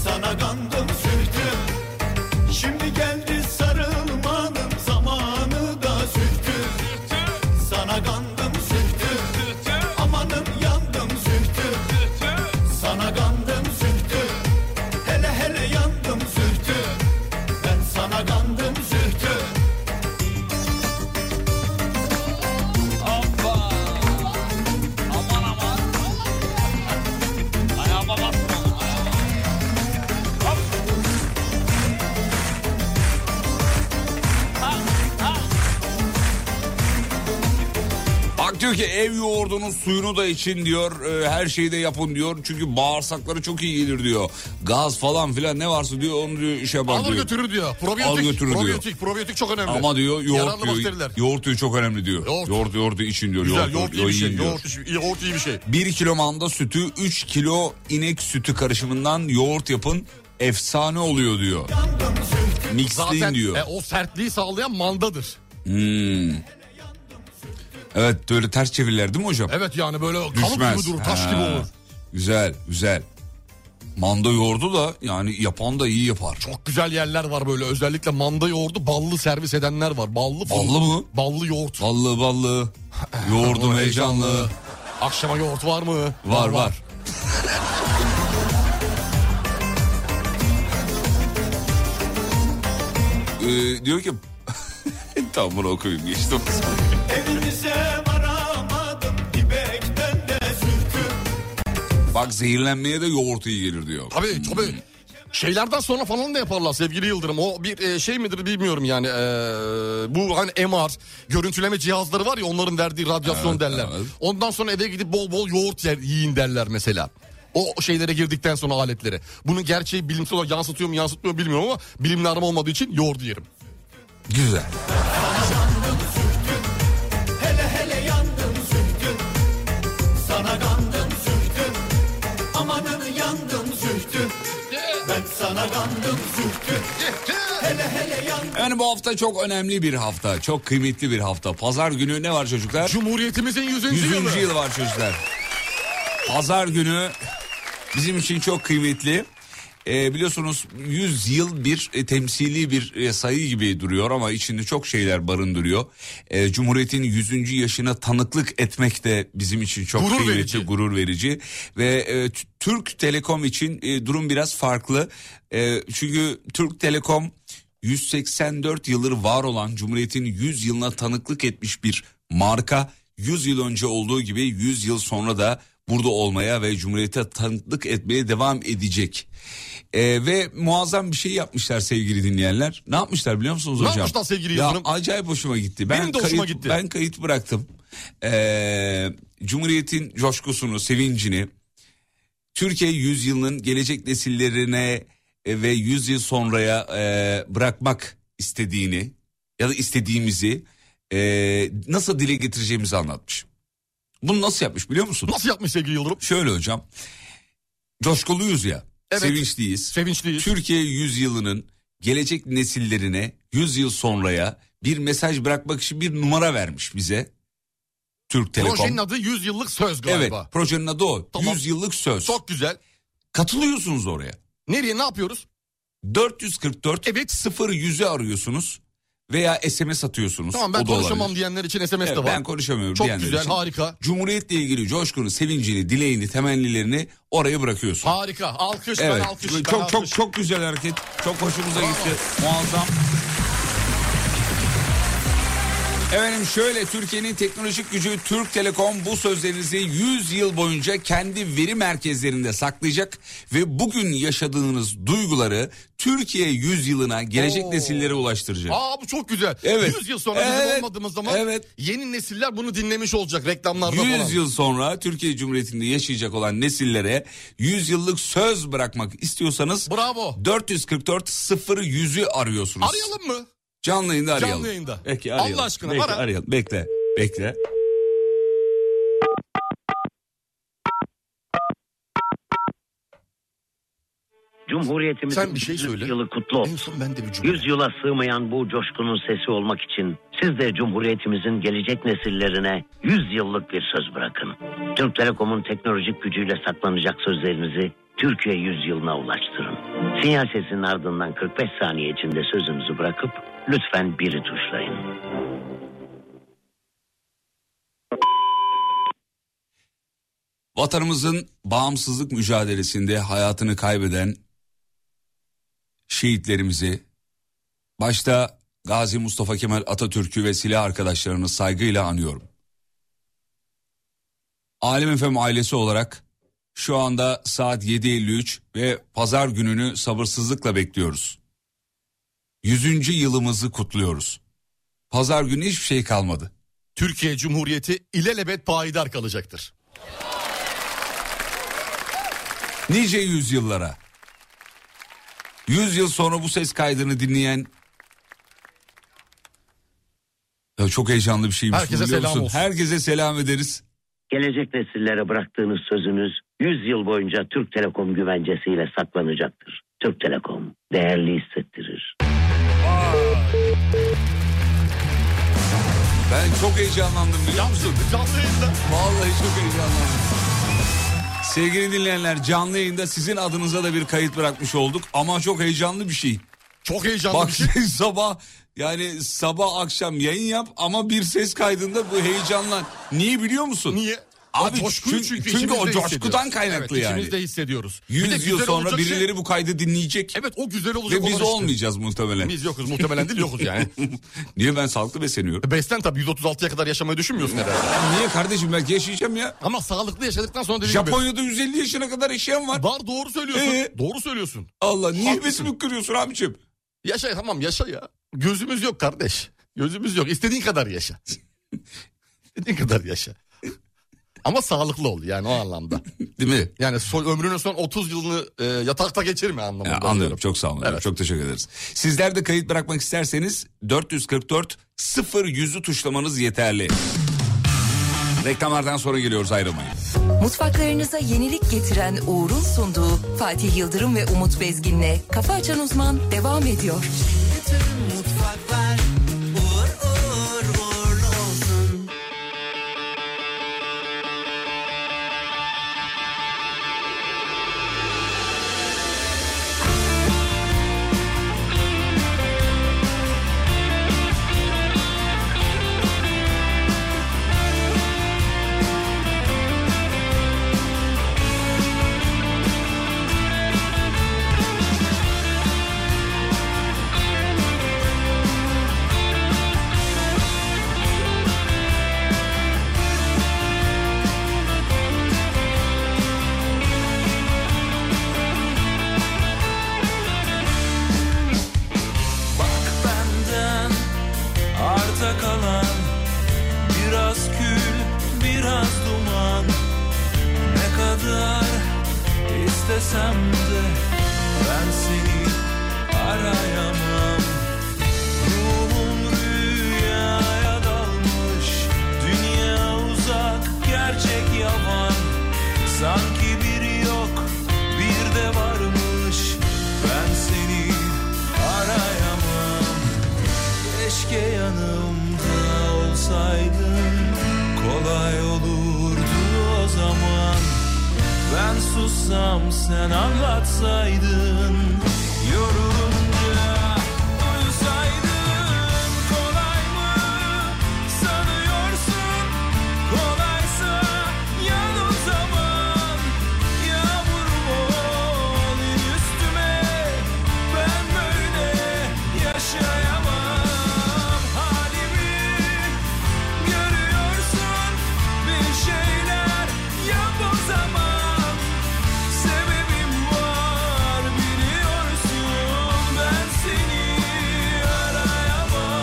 Sana kandım zühtüm Şimdi geldi sarılmanın zamanı da zühtüm Sana kandım zühtüm Amanım yandım zühtüm Sana kandım zühtüm Hele hele yandım zühtüm Ben sana kandım zühtüm Bak diyor ki ev yoğurdunun suyunu da için diyor. e, her şeyi de yapın diyor. Çünkü bağırsakları çok iyi gelir diyor. Gaz falan filan ne varsa diyor onu diyor işe bak Alır diyor. götürür diyor. Probiyotik, Al götürür diyor. probiyotik, probiyotik çok önemli. Ama diyor yoğurt Yararlı diyor, bakteriler. yoğurt diyor çok önemli diyor. Yoğurt. Yoğurt yoğurt, için diyor. Güzel yoğurt, iyi bir şey. yiyin diyor. Yoğurt, işi- yoğurt iyi bir şey. 1 kilo manda sütü 3 kilo inek sütü karışımından yoğurt yapın efsane oluyor diyor. Mixleyin Zaten diyor. e, o sertliği sağlayan mandadır. Evet böyle ters çevirirler değil mi hocam? Evet yani böyle kalıp gibi durur, taş Ha, gibi olur. Güzel güzel. Manda yoğurdu da yani yapan da iyi yapar. Çok Çok güzel yerler var böyle. Özellikle manda yoğurdu ballı servis edenler var. Ballı fırın- Ballı mı? Ballı yoğurt. ballı ballı. *laughs* Yoğurdum heyecanlı. Akşama yoğurt var mı? Var var. *laughs* Ee, diyor ki *laughs* tamam bunu okuyayım geçtim. Evinize varamadım dibekten de zühtüm Bak zehirlenmeye de yoğurt iyi gelir diyor. Tabii tabii. Şeylerden sonra falan da yaparlar sevgili Yıldırım. O bir e, şey midir bilmiyorum yani. E, bu hani MR, görüntüleme cihazları var ya onların verdiği radyasyon Evet, derler. evet. Ondan sonra eve gidip bol bol yoğurt yer, yiyin derler mesela. O şeylere girdikten sonra aletlere. Bunun gerçeği bilimsel olarak yansıtıyor mu yansıtmıyor mu bilmiyorum ama bilimle aram olmadığı için yoğurdu yerim. Güzel. Hele hele yandım zühtüm Sana gandım zühtüm Amanın yandım zühtüm Ben sana gandım zühtüm Hele hele yandım Efendim bu hafta çok önemli bir hafta. Çok kıymetli bir hafta. Pazar günü ne var çocuklar? Cumhuriyetimizin 100. 100. yılı. yıl var çocuklar. Pazar günü bizim için çok kıymetli. Ee, biliyorsunuz 100 yıl bir e, temsili bir e, sayı gibi duruyor ama içinde çok şeyler barındırıyor. Ee, Cumhuriyet'in 100. yaşına tanıklık etmek de bizim için çok Gurur kıymetli, verici. gurur verici. Ve e, t- Türk Telekom için e, durum biraz farklı. E, çünkü Türk Telekom 184 yıldır var olan Cumhuriyet'in 100 yılına tanıklık etmiş bir marka. 100 yıl önce olduğu gibi 100 yıl sonra da burada olmaya ve Cumhuriyet'e tanıklık etmeye devam edecek. E, ve muazzam bir şey yapmışlar sevgili dinleyenler. Ne yapmışlar biliyor musunuz Ne hocam? yapmışlar sevgili Ya Yıldırım? acayip hoşuma gitti. Ben Benim de hoşuma kayıt- gitti. Ben kayıt bıraktım. Ee, Cumhuriyet'in coşkusunu, sevincini, Türkiye yüzyılının gelecek nesillerine e, ve yüzyıl sonraya e, bırakmak istediğini ya da istediğimizi e, nasıl dile getireceğimizi anlatmış. Bunu nasıl yapmış biliyor musun? Nasıl yapmış sevgili Yıldırım? Şöyle hocam, coşkuluyuz ya, Evet. sevinçliyiz. Sevinçliyiz. Türkiye yüzyılının gelecek nesillerine 100 yıl sonraya bir mesaj bırakmak için bir numara vermiş bize. Türk Telekom. Projenin adı 100 yıllık söz evet, galiba. projenin adı o. Tamam. 100 yıllık söz. Çok güzel. Katılıyorsunuz oraya. Nereye ne yapıyoruz? 444 Evet. 0 100'ü arıyorsunuz veya SMS atıyorsunuz. Tamam ben O da olabilir. konuşamam diyenler için SMS Evet, de var. ben konuşamıyorum Çok diyenler güzel, için. harika. Cumhuriyetle ilgili coşkunu, sevincini, dileğini, temennilerini oraya bırakıyorsun. Harika. Alkış Evet. ben alkış. çok ben çok alkış. çok güzel hareket. Çok hoşumuza gitti. Muazzam. Efendim şöyle Türkiye'nin teknolojik gücü Türk Telekom bu sözlerinizi 100 yıl boyunca kendi veri merkezlerinde saklayacak ve bugün yaşadığınız duyguları Türkiye 100 yılına gelecek Oo. nesillere ulaştıracak. Aa bu çok güzel. Evet. 100 yıl sonra bizim Evet. olmadığımız zaman Evet. yeni nesiller bunu dinlemiş olacak reklamlarda 100 falan. yıl sonra Türkiye Cumhuriyeti'nde yaşayacak olan nesillere 100 yıllık söz bırakmak istiyorsanız Bravo. 444 0 100'ü arıyorsunuz. Arayalım mı? Canlı yayında arayalım. Canlı yayında. Peki arayalım. Allah aşkına, Bekle, ara. Arayalım. Bekle. Bekle. Cumhuriyetimizin Sen bir şey 100 söyle. yılı kutlu En olsun. son ben de bir cümle. 100 yıla sığmayan bu coşkunun sesi olmak için siz de Cumhuriyetimizin gelecek nesillerine 100 yıllık bir söz bırakın. Türk Telekom'un teknolojik gücüyle saklanacak sözlerinizi Türkiye 100 yılına ulaştırın. Sinyal sesinin ardından 45 saniye içinde sözünüzü bırakıp lütfen biri tuşlayın. Vatanımızın bağımsızlık mücadelesinde hayatını kaybeden şehitlerimizi başta Gazi Mustafa Kemal Atatürk'ü ve silah arkadaşlarını saygıyla anıyorum. Alem Efem ailesi olarak şu anda saat 7.53 ve pazar gününü sabırsızlıkla bekliyoruz. 100. yılımızı kutluyoruz. Pazar günü hiçbir şey kalmadı. Türkiye Cumhuriyeti ilelebet payidar kalacaktır. nice yüzyıllara. Yüz yıl sonra bu ses kaydını dinleyen Ya çok heyecanlı bir şeymiş. Herkese bu, biliyor selam musun? olsun. Herkese selam ederiz. Gelecek nesillere bıraktığınız sözünüz 100 yıl boyunca Türk Telekom güvencesiyle saklanacaktır. Türk Telekom değerli hissettirir. Ben çok heyecanlandım biliyor musun? Canlı yayında. Vallahi çok heyecanlandım. Sevgili dinleyenler canlı yayında sizin adınıza da bir kayıt bırakmış olduk ama çok heyecanlı bir şey. Çok heyecanlı Bak *laughs* bir şey. sen sabah yani sabah akşam yayın yap ama bir ses kaydında bu heyecanlan. Niye biliyor musun? Niye? Abi coşkuyu çünkü- çünkü o içimizde coşkudan hissediyoruz. kaynaklı evet, yani. İçimizde hissediyoruz. Bir de 100 yıl güzel sonra olacak şey- birileri bu kaydı dinleyecek Evet o güzel olacak. ve biz olan işte. olmayacağız muhtemelen. Biz yokuz muhtemelen değil *laughs* yokuz yani. Niye ben sağlıklı besleniyorum? Beslen tabii 136'ya kadar yaşamayı düşünmüyorsun herhalde. Niye kardeşim belki yaşayacağım ya. Ama sağlıklı yaşadıktan sonra dediğim gibi. Japonya'da 150 yaşına kadar yaşayan var. Var doğru söylüyorsun. Ee? Doğru söylüyorsun. Allah niye Haklısın. hevesimi kırıyorsun abicim? Yaşa tamam yaşa ya. Gözümüz yok kardeş. Gözümüz yok. İstediğin *laughs* kadar yaşa. İstediğin kadar yaşa. Ama sağlıklı ol yani o anlamda. Değil mi? Yani son, ömrünün son 30 yılını e, yatakta geçirme anlamında. Ya, anlıyorum çok sağ olun. Evet. Çok teşekkür ederiz. Sizler de kayıt bırakmak isterseniz 444 0 yüzü tuşlamanız yeterli. Reklamlardan sonra geliyoruz ayrılmayın. Mutfaklarınıza yenilik getiren Uğur'un sunduğu Fatih Yıldırım ve Umut Bezgin'le Kafa Açan Uzman devam ediyor. Bak benden arta kalan biraz kül biraz duman ne kadar istesem de ben seni arayamam ruhum rüyaya dalmış dünya uzak gerçek yavan sanki bir yok bir de varmış ben seni arayamam Keşke yanımda olsaydın Kolay olurdu o zaman Ben sussam sen anlatsaydın Yorulunca uyusaydın Kolay mı sanıyorsun Kolaysa yan o zaman Yağmurum ol üstüme Ben böyle yaşayamam Halimi görüyorsun Bir şeyler yap o zaman Sebebim var biliyorsun Ben seni arayamam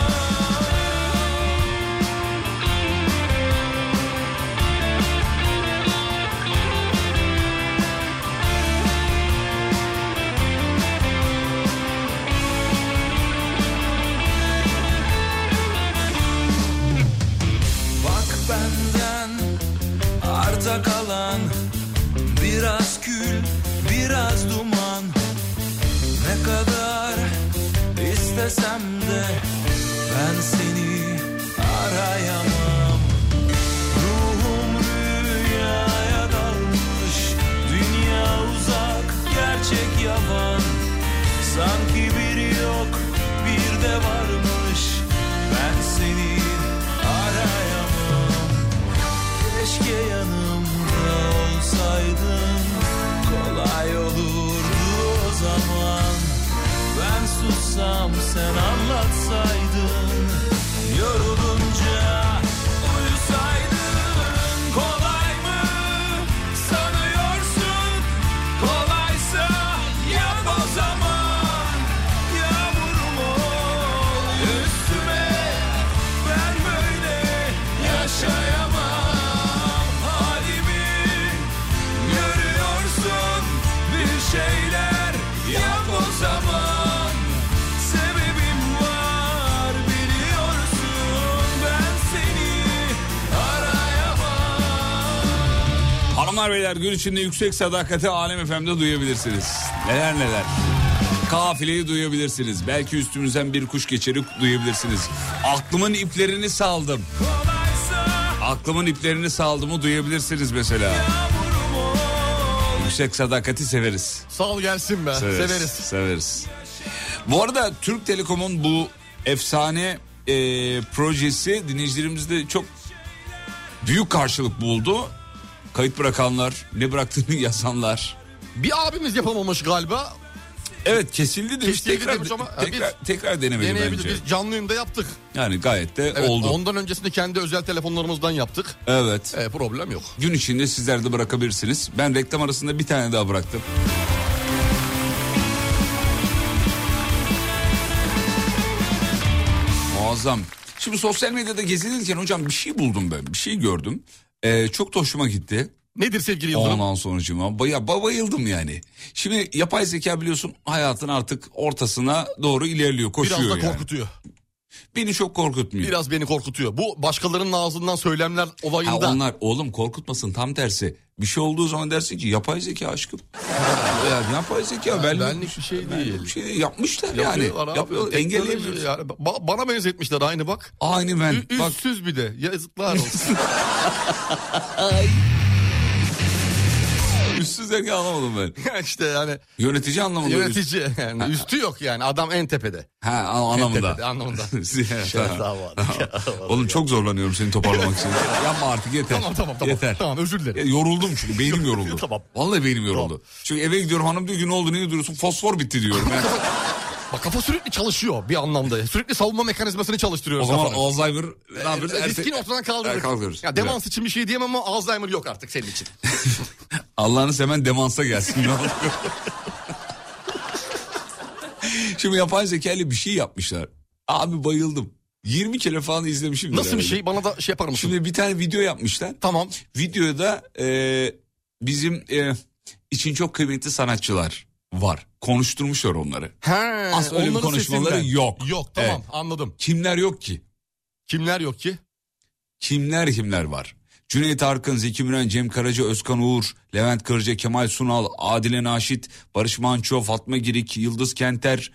Bak benden arta kalan biraz kül biraz duman ne kadar istesem de ben seni arayamam ruhum rüyaya dalmış dünya uzak gerçek yavan Sanki bir yok bir de varmış Ben seni arayamam Keşke yanımda olsaydın Kolay olurdu o zaman Ben sussam sen anlatsaydın Yorulunca uyusaydın Kolay mı sanıyorsun Kolaysa yap o zaman Yağmurum ol üstüme Ben böyle yaşayamam Halimi görüyorsun Bir şeyler yap o zaman Sebebim var biliyorsun Ben seni arayamam Hanımlar beyler gün içinde yüksek sadakati Alem FM'de duyabilirsiniz. Neler neler. Kafileyi duyabilirsiniz. Belki üstümüzden bir kuş geçirip duyabilirsiniz. Aklımın iplerini saldım. Kolaysa Aklımın iplerini saldımı duyabilirsiniz mesela. Yüksek sadakati severiz. Sağ ol gelsin be. Severiz. Severiz. severiz. Bu arada Türk Telekom'un bu efsane e, projesi dinleyicilerimizde çok büyük karşılık buldu. Kayıt bırakanlar, ne bıraktığını *laughs* yazanlar. Bir abimiz yapamamış galiba. Evet kesildi demiş. Kesildi tekrar, demiş ama, ha, tekrar, tekrar denemeli Deneyebiliriz. bence. Biz canlı yayında yaptık. Yani gayet de Evet, oldu. Ondan öncesinde kendi özel telefonlarımızdan yaptık. Evet. E, problem yok. Gün içinde sizler de bırakabilirsiniz. Ben reklam arasında bir tane daha bıraktım. Muazzam. Şimdi sosyal medyada gezinirken hocam bir şey buldum ben. Bir şey gördüm. Ee, çok da hoşuma gitti. Nedir sevgili Yıldırım? Ondan sonucuma baya bayıldım yani. Şimdi yapay zeka biliyorsun hayatın artık ortasına doğru ilerliyor, koşuyor Biraz da yani. korkutuyor. Beni çok korkutmuyor. Biraz beni korkutuyor. Bu başkalarının ağzından söylemler Ha olayında. onlar oğlum korkutmasın tam tersi. Bir şey olduğu zaman dersin ki yapay zeka aşkım. *laughs* yani yapay zeka Ben ben benlik bir şey değil. bir şey yapmışlar yani. Yapıyorlar abi. Yapıyorlar, Teknoloji engelleyemiyoruz. yani. Ba- bana benzetmişler aynı bak. Aynı ben. Ü- Bak Üstsüz bir de. Yazıklar *laughs* olsun. *laughs* üstsüz derken anlamadım ben. işte yani Yönetici anlamında. üst- yönetici yani üstü yok yani adam en tepede. Ha an- En anlamında. *laughs* tepede anlamında. Şey, Tamam. Şerefsizler Oğlum çok zorlanıyorum seni toparlamak *laughs* için. Yapma artık yeter. Tamam tamam tamam. Yeter. Tamam özür Ya dilerim. Yoruldum çünkü beynim yoruldu. *laughs* Tamam. Vallahi beynim yoruldu. Çünkü eve gidiyorum hanım diyor ki ne oldu niye duruyorsun? Fosfor bitti diyorum. *laughs* Yani Bak kafa sürekli çalışıyor bir anlamda. Sürekli savunma mekanizmasını çalıştırıyoruz. o zaman kafanın. Alzheimer ne yapıyoruz? E, riskini Erse- ortadan kaldırdık. Er- kaldırırız. Ya demans için bir şey diyemem ama Alzheimer yok artık senin için. Allah'ını seven demansa gelsin. Ne olur. *laughs* Şimdi yapay zeka ile bir şey yapmışlar. Abi bayıldım. 20 kere falan izlemişim. Nasıl bir şey bana da şey yapar mısın? Şimdi bir tane video yapmışlar. Tamam. Videoda e, bizim e, için çok kıymetli sanatçılar var. Konuşturmuşlar onları. He, Aslında öyle bir onların konuşmaları sesinden. yok. Yok tamam Evet. anladım. Kimler yok ki? Kimler yok ki? Kimler kimler var? Cüneyt Arkın, Zeki Müren, Cem Karaca, Özkan Uğur, Levent Kırca, Kemal Sunal, Adile Naşit, Barış Manço, Fatma Girik, Yıldız Kenter,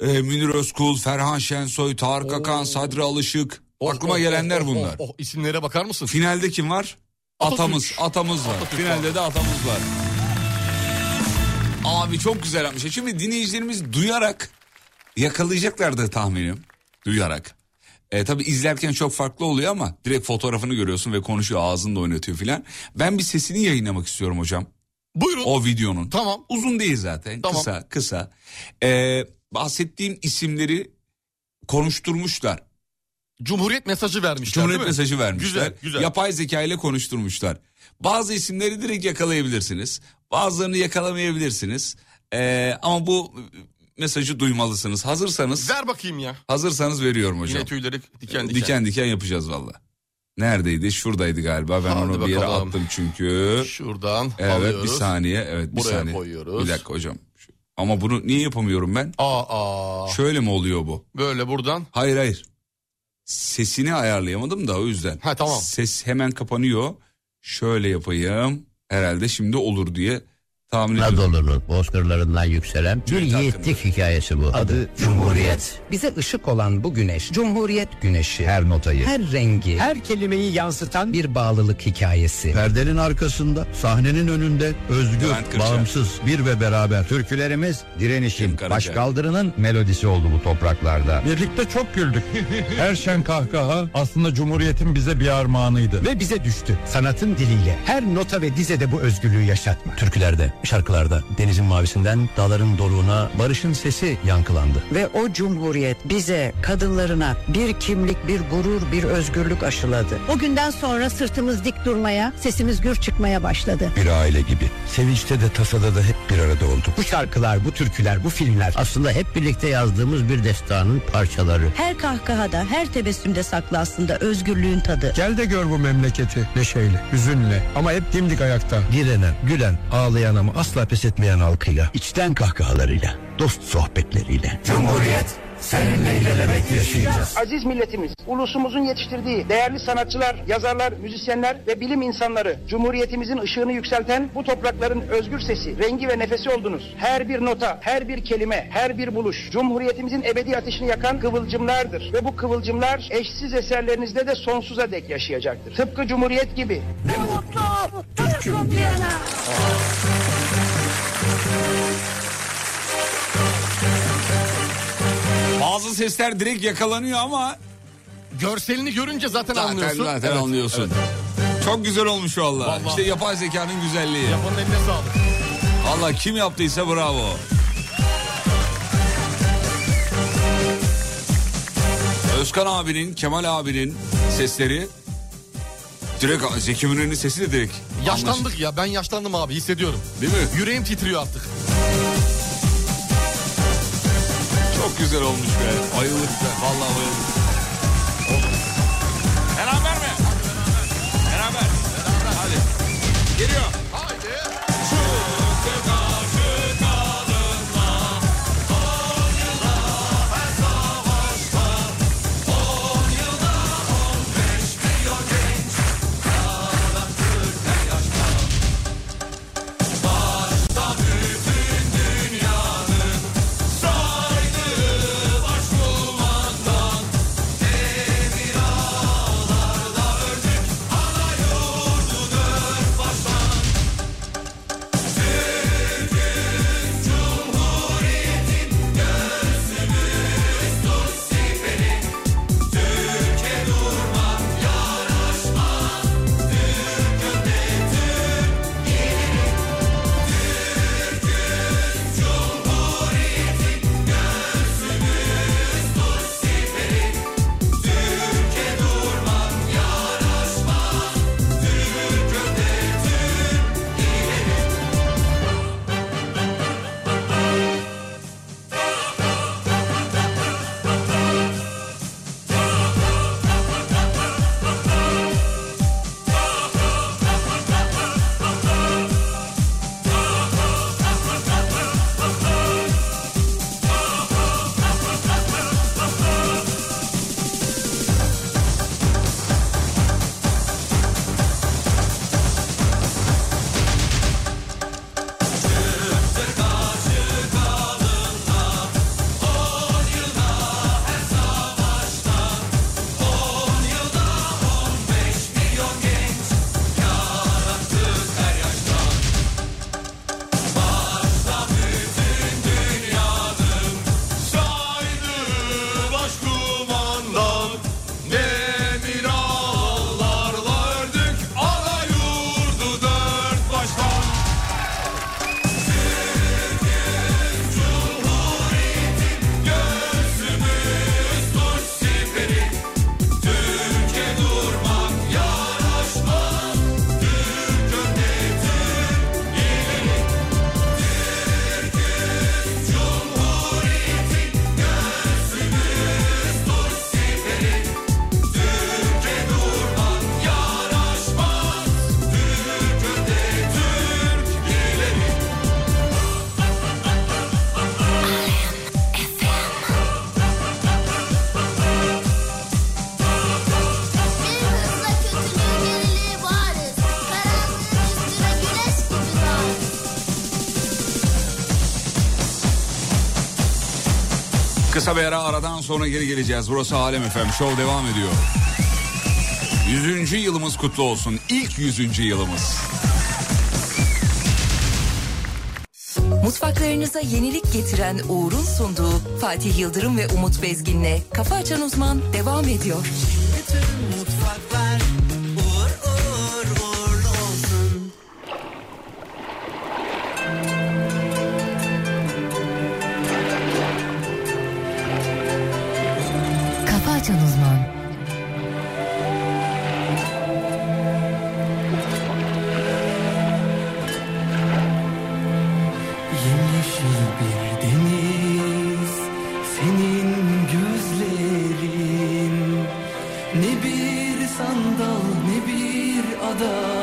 e, Münir Özkul, Ferhan Şensoy, Tarık Akan, Sadri Alışık. Oh, Aklıma oh, gelenler oh, oh, bunlar. Oh, isimlere bakar mısın? Finalde kim var? Atatürk. Atamız, atamız var. Atatürk Finalde de atamız var. Abi çok güzel yapmış. Şimdi dinleyicilerimiz duyarak yakalayacaklardır tahminim. Duyarak. E, tabii izlerken çok farklı oluyor ama direkt fotoğrafını görüyorsun ve konuşuyor ağzını da oynatıyor filan. Ben bir sesini yayınlamak istiyorum hocam. Buyurun. O videonun. Tamam. Uzun değil zaten. Tamam. Kısa kısa. E, bahsettiğim isimleri konuşturmuşlar. Cumhuriyet mesajı vermişler Cumhuriyet değil mi? mesajı vermişler. Güzel, güzel. Yapay zeka ile konuşturmuşlar. Bazı isimleri direkt yakalayabilirsiniz. Bazılarını yakalamayabilirsiniz. Ee, ama bu mesajı duymalısınız. Hazırsanız Ver bakayım ya. hazırsanız veriyorum hocam. Yine tüyleri diken diken. diken yapacağız valla. Neredeydi? Şuradaydı galiba. Ben Hadi onu bir yere bakalım. attım çünkü. Şuradan Evet alıyoruz. bir saniye. Evet bir Buraya saniye. koyuyoruz. Bir dakika hocam. Şu- Ama bunu niye yapamıyorum ben? Aa, aa. Şöyle mi oluyor bu? Böyle buradan. Hayır hayır. Sesini ayarlayamadım da o yüzden. Ha, tamam. Ses hemen kapanıyor. Şöyle yapayım. Herhalde şimdi olur diye tahmin ediyorum. Anadolu'nun bozkırlarından yükselen bir Cüneyt Arkın. yiğitlik hikayesi bu. Adı Cumhuriyet. Bize ışık olan bu güneş, Cumhuriyet güneşi, Her notayı, her rengi, her Her kelimeyi yansıtan bir bir bağlılık hikayesi. perdenin arkasında, sahnenin önünde özgür, Levent Kırca. bağımsız, bir ve beraber. Türkülerimiz direnişin, Kim Karaca. başkaldırının melodisi oldu bu topraklarda. birlikte çok güldük. Her şen kahkaha aslında Cumhuriyet'in bize bir armağanıydı. Ve bize düştü. Sanatın diliyle her nota ve dizede bu özgürlüğü yaşatma. Türkülerde, şarkılarda, denizin mavisinden dağların doruğuna barışın sesi yankılandı. Ve o cumhuriyet bize, kadınlarına bir kimlik, bir gurur, bir özgürlük aşıladı. O günden sonra sırtımız dik durmaya, sesimiz gür çıkmaya başladı. Bir aile gibi. Sevinçte de tasada da hep bir arada olduk. Bu şarkılar, bu türküler, bu filmler Aslında hep birlikte yazdığımız bir destanın parçaları. Her kahkahada, her tebessümde saklı aslında özgürlüğün tadı. Gel de gör bu memleketi neşeyle, hüzünle ama hep dimdik ayakta. Direnen, gülen, ağlayan ama asla pes etmeyen halkıyla, içten kahkahalarıyla, dost sohbetleriyle. Aziz milletimiz, ulusumuzun yetiştirdiği değerli sanatçılar, yazarlar, müzisyenler ve bilim insanları, Cumhuriyetimizin ışığını yükselten bu toprakların özgür sesi, rengi ve nefesi oldunuz. Her bir nota, her bir kelime, her bir buluş, Cumhuriyetimizin ebedi ateşini yakan kıvılcımlardır. Ve bu kıvılcımlar eşsiz eserlerinizde de sonsuza dek yaşayacaktır. Tıpkı Cumhuriyet gibi. Bazı sesler direkt yakalanıyor ama Görselini görünce zaten zaten anlıyorsun. zaten Evet. anlıyorsun. Çok güzel olmuş valla. İşte yapay zekanın güzelliği. Yapanın eline sağlık. Valla kim yaptıysa bravo. Özkan abinin, Kemal abinin sesleri direkt Zeki Müren'in sesi de direkt. anlaşılıyor. Yaşlandık ya ben yaşlandım abi hissediyorum. Değil mi? Yüreğim titriyor artık. Çok güzel olmuş be. Bayıldık be. Vallahi bayıldık. Beraber mi? Beraber. Beraber. Hadi. Geliyor. Saydı başkumandan demir ağlarla ördük ana yurdu dört baştan. Türkiye Cumhuriyeti göğsümüz tuş siperi. Türkiye durmak yaraşmaz. Türk öndeti ileri. Türkiye Cumhuriyeti göğsümüz tuş siperi. Türkiye durmak yaraşmaz. Türk öndeti Türk ileri. Kısa bir ara aradan sonra geri geleceğiz. Burası Alem Efem. Show devam ediyor. Yüzüncü yılımız kutlu olsun. İlk yüzüncü yılımız. Mutfaklarınıza yenilik getiren Uğur'un sunduğu Fatih Yıldırım ve Umut Bezgin'le Kafa Açan Uzman devam ediyor. Mutfaklar uğur uğur uğurlu olsun. Kafa Açan Uzman Yemyeşil bir deniz Senin gözlerin Ne bir sandal ne bir ada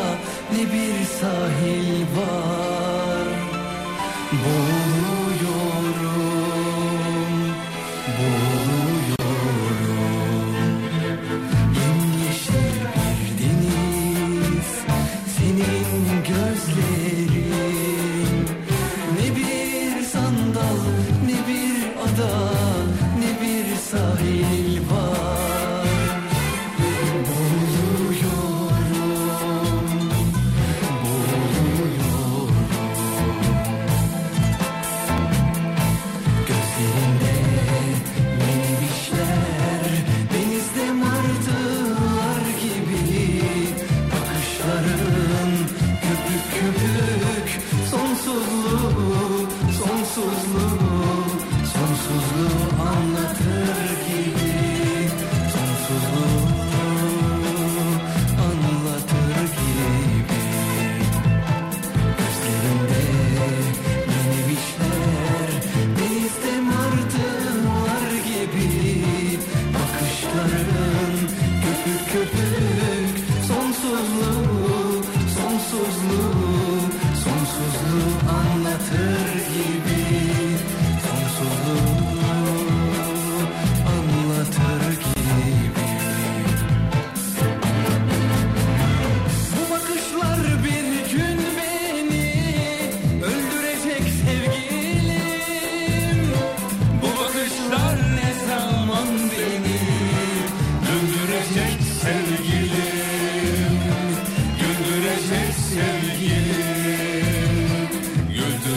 Ne bir sahil var Boğuluyorum Boğuluyorum Yemyeşil bir deniz Senin gözlerin ne bir sandal, ne bir ada, ne bir sahil var. Boğuluyorum, boğuluyorum.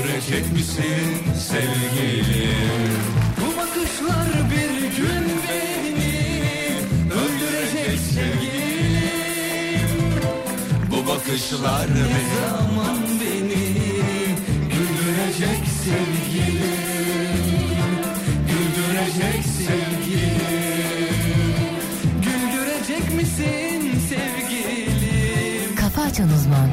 Dönecek misin sevgilim? Bu bakışlar bir gün beni öldürecek sevgilim. Bu bakışlar Ne beni zaman beni güldürecek sevgilim. Güldürecek sevgilim. Güldürecek misin sevgilim? Kafa Açan Uzman.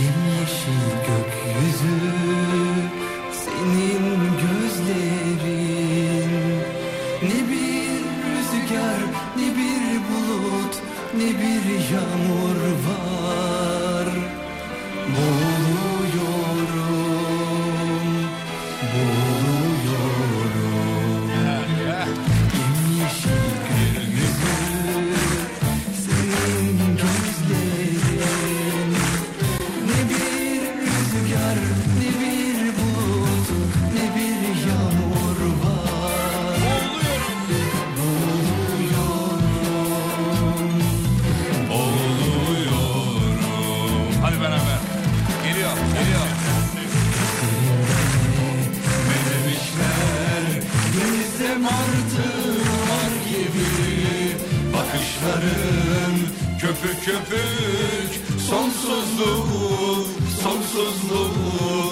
Yemyeşil gökyüzü senin gözlerin Ne bir rüzgar ne bir bulut ne bir yağmur var Boğuluyorum, boğuluyorum Yemyeşil gökyüzü senin gözlerin ne bir rüzgar, ne bir bulut, ne bir yağmur var. Boğuluyorum. Oluyorum. Hadi beraber. Geliyor, geliyor. Menemişler Denizde martılar gibi Bakışların köpük köpük Sonsuzluğu, sonsuzluğu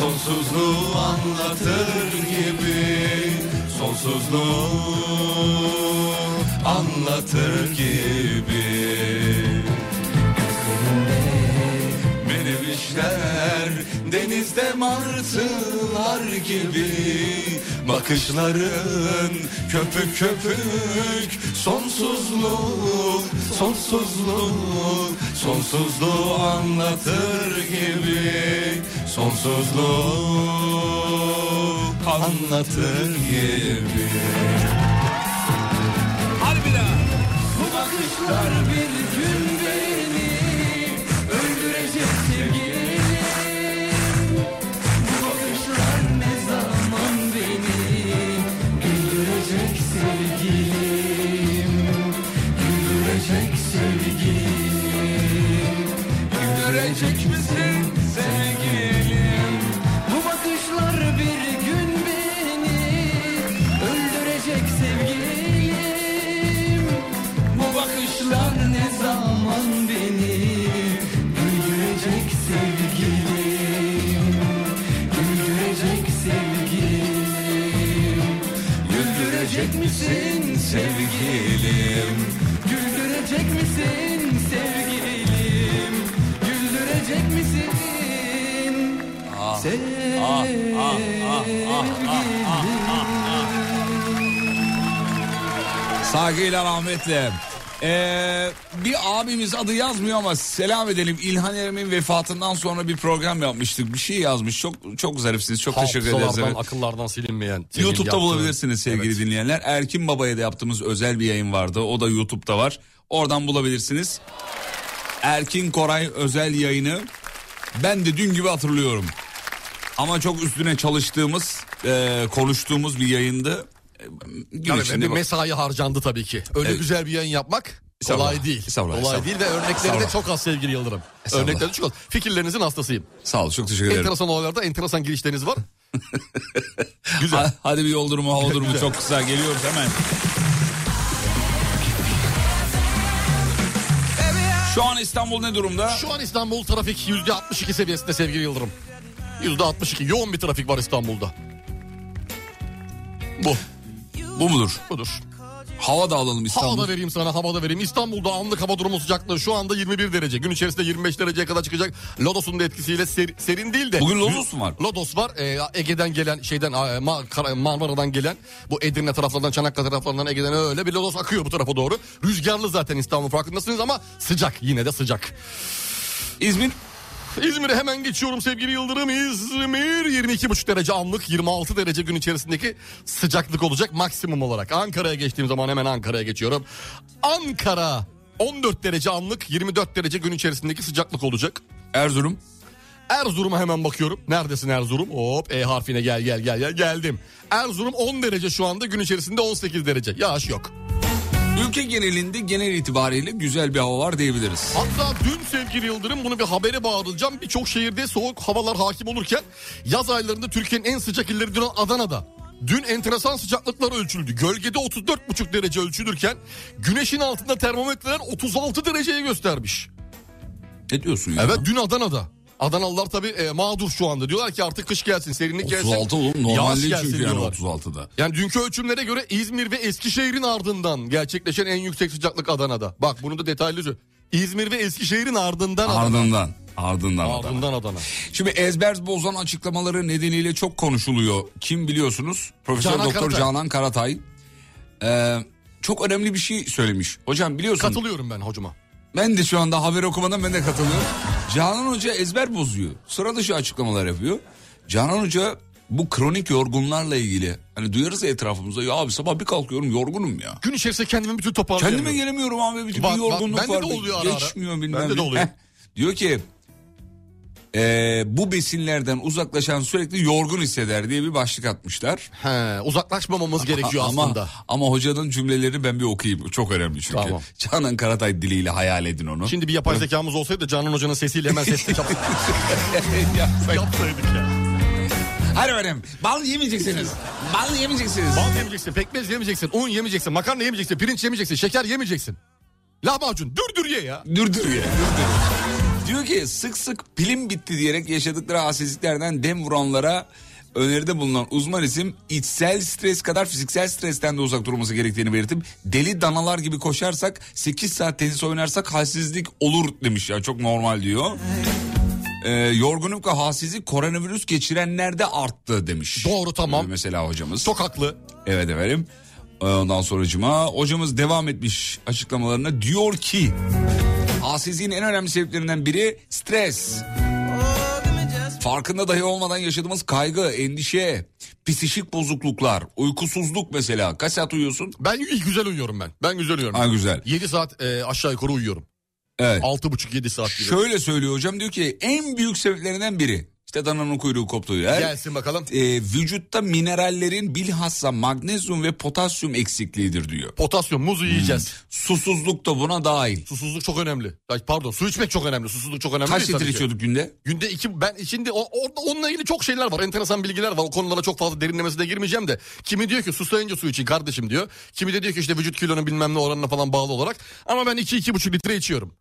Sonsuzluğu anlatır gibi Sonsuzluğu anlatır gibi Menevişler denizde martılar gibi Bakışların köpük köpük Sonsuzluk, sonsuzluk Sonsuzluğu anlatır gibi Sonsuzluğu anlatır gibi Bu bakışlar bir gün beni öldürecek sevgilim. Bu bakışlar ne zaman beni güldürecek sevgilim. Güldürecek sevgilim. Güldürecek misin sevgilim? Bu bakışlar bir gün beni öldürecek sevgilim. Bu bakışlar ne zaman beni güldürecek sevgilim Güldürecek sevgilim Güldürecek misin sevgilim Güldürecek misin sevgilim Güldürecek misin Saygıyla rahmetle. Ee, bir abimiz adı yazmıyor ama selam edelim. İlhan Erem'in vefatından sonra bir program yapmıştık. Bir şey yazmış. Çok çok zarifsiniz. Çok teşekkür ederiz. Hafızalardan, Evet. akıllardan silinmeyen. senin YouTube'da yaptığın- bulabilirsiniz sevgili dinleyenler. Erkin Baba'ya da yaptığımız özel bir yayın vardı. O da YouTube'da var. Oradan bulabilirsiniz. Erkin Koray özel yayını ben de dün gibi hatırlıyorum. Ama çok üstüne çalıştığımız, e, konuştuğumuz bir yayındı. E, gün Yani içinde bir bak- mesai harcandı tabii ki. Öyle Evet. güzel bir yayın yapmak kolay Estağfurullah, değil. estağfurullah, kolay değil ve estağfurullah. örnekleri de Estağfurullah. çok az sevgili Yıldırım. Estağfurullah. Örnekleri çok az. Fikirlerinizin hastasıyım. Sağ ol çok teşekkür ederim. Enteresan olaylarda enteresan girişleriniz var. Ha- Hadi bir yol durumu, *laughs* hava durumu Güzel. çok kısa geliyoruz hemen. Şu an İstanbul ne durumda? Şu an İstanbul trafik %62 seviyesinde sevgili Yıldırım. %62 yoğun bir trafik var İstanbul'da. Bu. Bu mudur? Budur. Hava da alalım İstanbul. Havada vereyim sana havada vereyim. İstanbul'da anlık hava durumu sıcaklığı şu anda 21 derece. Gün içerisinde 25 dereceye kadar çıkacak. Lodos'un da etkisiyle ser- serin değil de. Bugün Lodos mu var? Lodos var. Ee, Ege'den gelen şeyden e, Ma- Kara- Marmara'dan gelen bu Edirne taraflarından Çanakkale taraflarından Ege'den öyle bir Lodos akıyor bu tarafa doğru. Rüzgarlı zaten İstanbul farkındasınız ama sıcak yine de sıcak. İzmir? İzmir'e hemen geçiyorum sevgili Yıldırım. İzmir 22,5 derece anlık 26 derece gün içerisindeki sıcaklık olacak maksimum olarak. Ankara'ya geçtiğim zaman hemen Ankara'ya geçiyorum. Ankara 14 derece anlık 24 derece gün içerisindeki sıcaklık olacak. Erzurum. Erzurum'a hemen bakıyorum. Neredesin Erzurum? Hop E harfine gel gel gel gel geldim. Erzurum 10 derece şu anda gün içerisinde 18 derece. Yağış yok. Ülke genelinde genel itibariyle güzel bir hava var diyebiliriz. Hatta dün sevgili Yıldırım bunu bir habere bağlayacağım. Birçok şehirde soğuk havalar hakim olurken yaz aylarında Türkiye'nin en sıcak illeri dün Adana'da. Dün enteresan sıcaklıklar ölçüldü. Gölgede 34,5 derece ölçülürken güneşin altında termometreler 36 dereceyi göstermiş. Ne diyorsun ya? Evet dün Adana'da. Adanalılar tabii e, mağdur şu anda. Diyorlar ki artık kış gelsin, serinlik gelsin. 36 oğlum normal yağış değil gelsin çünkü yani diyorlar. 36'da. Yani dünkü ölçümlere göre İzmir ve Eskişehir'in ardından gerçekleşen en yüksek sıcaklık Adana'da. Bak bunu da detaylı sö- İzmir ve Eskişehir'in ardından Adana. Ardından. Ardından, Ardından Adana. Şimdi ezber bozan açıklamaları nedeniyle çok konuşuluyor. Kim biliyorsunuz? Profesör Canan Doktor Karatay. Canan Karatay. Ee, çok önemli bir şey söylemiş. Hocam biliyorsun. Katılıyorum ben hocama. Ben de şu anda haber okumadan ben de katılıyorum. Canan Hoca ezber bozuyor. Sıra dışı açıklamalar yapıyor. Canan Hoca bu kronik yorgunlarla ilgili. Hani duyarız ya etrafımıza. Ya abi sabah bir kalkıyorum yorgunum ya. Gün içerisinde kendimi bütün toparlayamıyorum. Kendime gelemiyorum abi. Bir, bir Bak, bak, yorgunluk bende var. de oluyor ara ara. Geçmiyor bilmem Bende de ne. oluyor. Heh. Diyor ki "Ee, bu besinlerden uzaklaşan sürekli yorgun hisseder diye bir başlık atmışlar. He, uzaklaşmamamız gerekiyor ama, aslında. Ama hocanın cümleleri ben bir okuyayım. Çok önemli çünkü. Tamam. Canan Karatay diliyle hayal edin onu. Şimdi bir yapay zekamız olsaydı Canan Hoca'nın sesiyle hemen *laughs* sesli yap- yapsaydık ya. Her öğrenim. Bal yemeyeceksiniz. Bal yemeyeceksiniz. Bal yemeyeceksin, pekmez yemeyeceksin, un yemeyeceksin, makarna yemeyeceksin, pirinç yemeyeceksin, şeker yemeyeceksin. Lahmacun dürdür ye ya. Dürdür ya. Diyor ki sık sık pilim bitti diyerek yaşadıkları halsizliklerden dem vuranlara öneride bulunan uzman isim içsel stres kadar fiziksel stresten de uzak durması gerektiğini belirtip deli danalar gibi koşarsak 8 saat tenis oynarsak halsizlik olur demiş ya çok normal diyor. Ee, yorgunluk ve halsizlik koronavirüs geçirenlerde arttı demiş. Doğru tamam. Mesela hocamız. Çok haklı. Evet efendim. Ee, Ondan sonracıma hocamız devam etmiş açıklamalarına diyor ki halsizliğin en önemli sebeplerinden biri stres. Farkında dahi olmadan yaşadığımız kaygı, endişe, psişik bozukluklar, uykusuzluk mesela. Kaç saat uyuyorsun? Ben güzel uyuyorum ben. Ben güzel uyuyorum. Ha güzel. 7 saat e, aşağı yukarı uyuyorum. Evet. 6,5-7 saat gibi. Şöyle söylüyor hocam diyor ki en büyük sebeplerinden biri. işte dananın kuyruğu koptu. Her, Gelsin bakalım. e, vücutta minerallerin bilhassa magnezyum ve potasyum eksikliğidir diyor. Potasyum, muzu yiyeceğiz. Susuzluk da buna dahil. Susuzluk çok önemli. Ay, Pardon su içmek çok önemli. Susuzluk çok önemli. Kaç değil litre tabii ki. içiyorduk günde? Günde iki ben içinde o, orada onunla ilgili çok şeyler var. Enteresan bilgiler var. O konulara çok fazla derinlemesine girmeyeceğim de. Kimi diyor ki susayınca su için kardeşim diyor. Kimi de diyor ki işte vücut kilonun bilmem ne oranına falan bağlı olarak. Ama ben iki iki buçuk litre içiyorum.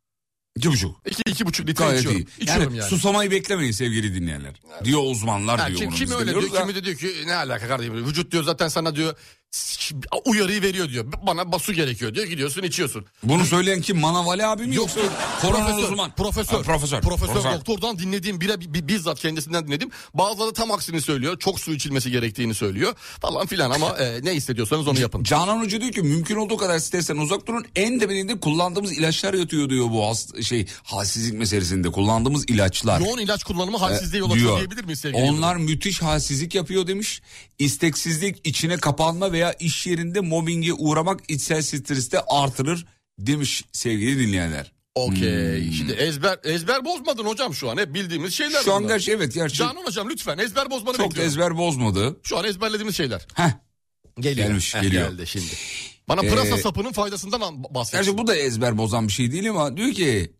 İki buçuk. İki iki buçuk litre Gayet içiyorum. iyi. İçiyorum yani, yani. susamayı beklemeyin sevgili dinleyenler. Diyor uzmanlar Ha, diyor. kim, bunu kimi biz öyle diyor, biliyoruz da. kimi de diyor ki ne alaka kardeşim. Vücut diyor zaten sana diyor s- uyarıyı veriyor diyor. Bana basu gerekiyor diyor. Gidiyorsun içiyorsun. Bunu söyleyen kim? Manavali abi mi yoksa korona profesör, uzman? Profesör, Ha, profesör, profesör. doktordan dinlediğim bire bi- bi- bizzat kendisinden dinledim. Bazıları tam aksini söylüyor. Çok su içilmesi gerektiğini söylüyor falan filan ama e, ne hissediyorsanız onu yapın. Canan Hoca diyor ki mümkün olduğu kadar stresten uzak durun. En temelinde kullandığımız ilaçlar yatıyor diyor bu hast- şey halsizlik meselesinde. Kullandığımız ilaçlar. Yoğun ilaç kullanımı halsizliğe Ee, yol açıyor diyor. diyebilir miyiz sevgili? Onlar müthiş halsizlik yapıyor demiş. İsteksizlik, içine kapanma veya iş yerinde mobbinge uğramak içsel stresi de artırır demiş sevgili dinleyenler. Hmm. Okey. Şimdi ezber ezber bozmadın hocam şu an. Hep bildiğimiz şeyler. Şu an bunlar. gerçi evet, gerçi- Canan hocam lütfen ezber bozmanı Çok bekliyorum. ezber bozmadı. Şu an ezberlediğimiz şeyler. Heh. Geliyor. Gelmiş, Heh, geliyor. Geldi şimdi. Bana pırasa Ee, sapının faydasından an- bahset. Gerçi bu da ezber bozan bir şey değil ama diyor ki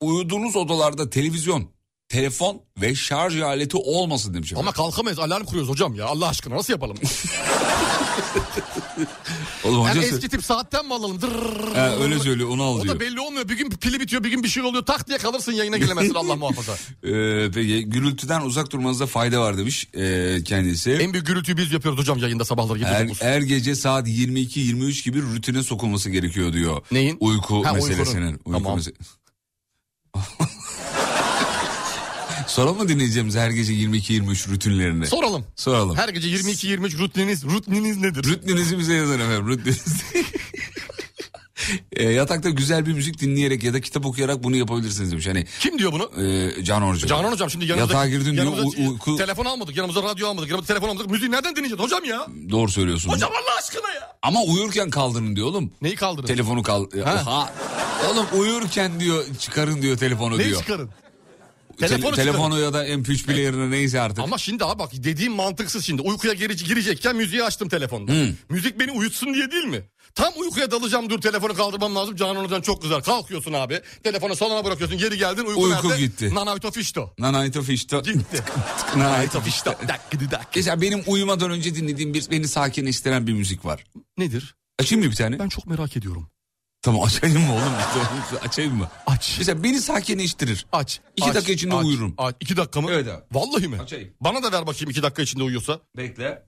uyuduğunuz odalarda televizyon, telefon ve şarj aleti olmasın demiş. Ama kalkamayız alarm kuruyoruz hocam ya Allah aşkına nasıl yapalım? Oğlum Yani hocası- Ee, eski tip saatten mi alalım? Dırrrr. He, öyle söylüyor onu al O diyor. da belli olmuyor. Bir gün pili bitiyor, bir gün bir şey oluyor. Tak diye kalırsın yayına gelemezsin *laughs* Allah muhafaza. Ee, peki gürültüden uzak durmanızda fayda var demiş ee, kendisi. En büyük gürültüyü biz yapıyoruz hocam yayında sabahları gibi. Her, her gece saat 22-23 gibi rutine sokulması gerekiyor diyor. Neyin? Uyku Ha, uykunun. meselesinin. Uyku Tamam. mese- *laughs* Soralım mı dinleyeceğimiz her gece 22-23 rutinlerini? Soralım. Soralım. Her gece 22-23 rutininiz, rutininiz nedir? Rutininizi bize yazın efendim. Rutininiz. *laughs* E, yatakta güzel bir müzik dinleyerek ya da kitap okuyarak bunu yapabilirsiniz demiş. Hani Kim diyor bunu? e, Canan Hoca. Canan hocam şimdi yanımıza, yatağa girdin diyor yanımıza u- uyku telefon almadık, yanımıza radyo almadık, yanımıza telefon almadık. Müziği nereden dinleyeceğiz hocam ya? doğru söylüyorsun. Hocam Allah aşkına ya. Ama uyurken kaldırın diyor oğlum. Neyi kaldırın? Telefonu kal. Ha. Oğlum uyurken diyor çıkarın diyor telefonu Neyi diyor. çıkarın? Te- Telefonu çıkarın. telefonu ya da MP3 player'ını neyse artık. Ama şimdi abi bak dediğim mantıksız şimdi. Uykuya geri, girecekken müziği açtım telefonda. Hmm. Müzik beni uyutsun diye değil mi? Tam uykuya dalacağım dur telefonu kaldırmam lazım. Canan Hoca'nın çok güzel. Kalkıyorsun abi. Telefonu salona bırakıyorsun. Geri geldin uyku, Uyku nerede? gitti. Nanay tofişto. Nanayto fişto. *laughs* Gitti. Nanayto fişto. Mesela benim uyumadan önce dinlediğim bir beni sakinleştiren bir müzik var. Nedir? Açayım mı bir tane? Ben çok merak ediyorum. Tamam açayım mı oğlum? İşte açayım mı? Aç. Mesela beni sakinleştirir. Aç. İki aç, dakika içinde aç, uyurum. Aç. İki dakika mı? Evet abi. Vallahi mi? Açayım. Bana da ver bakayım iki dakika içinde uyuyorsa. Bekle.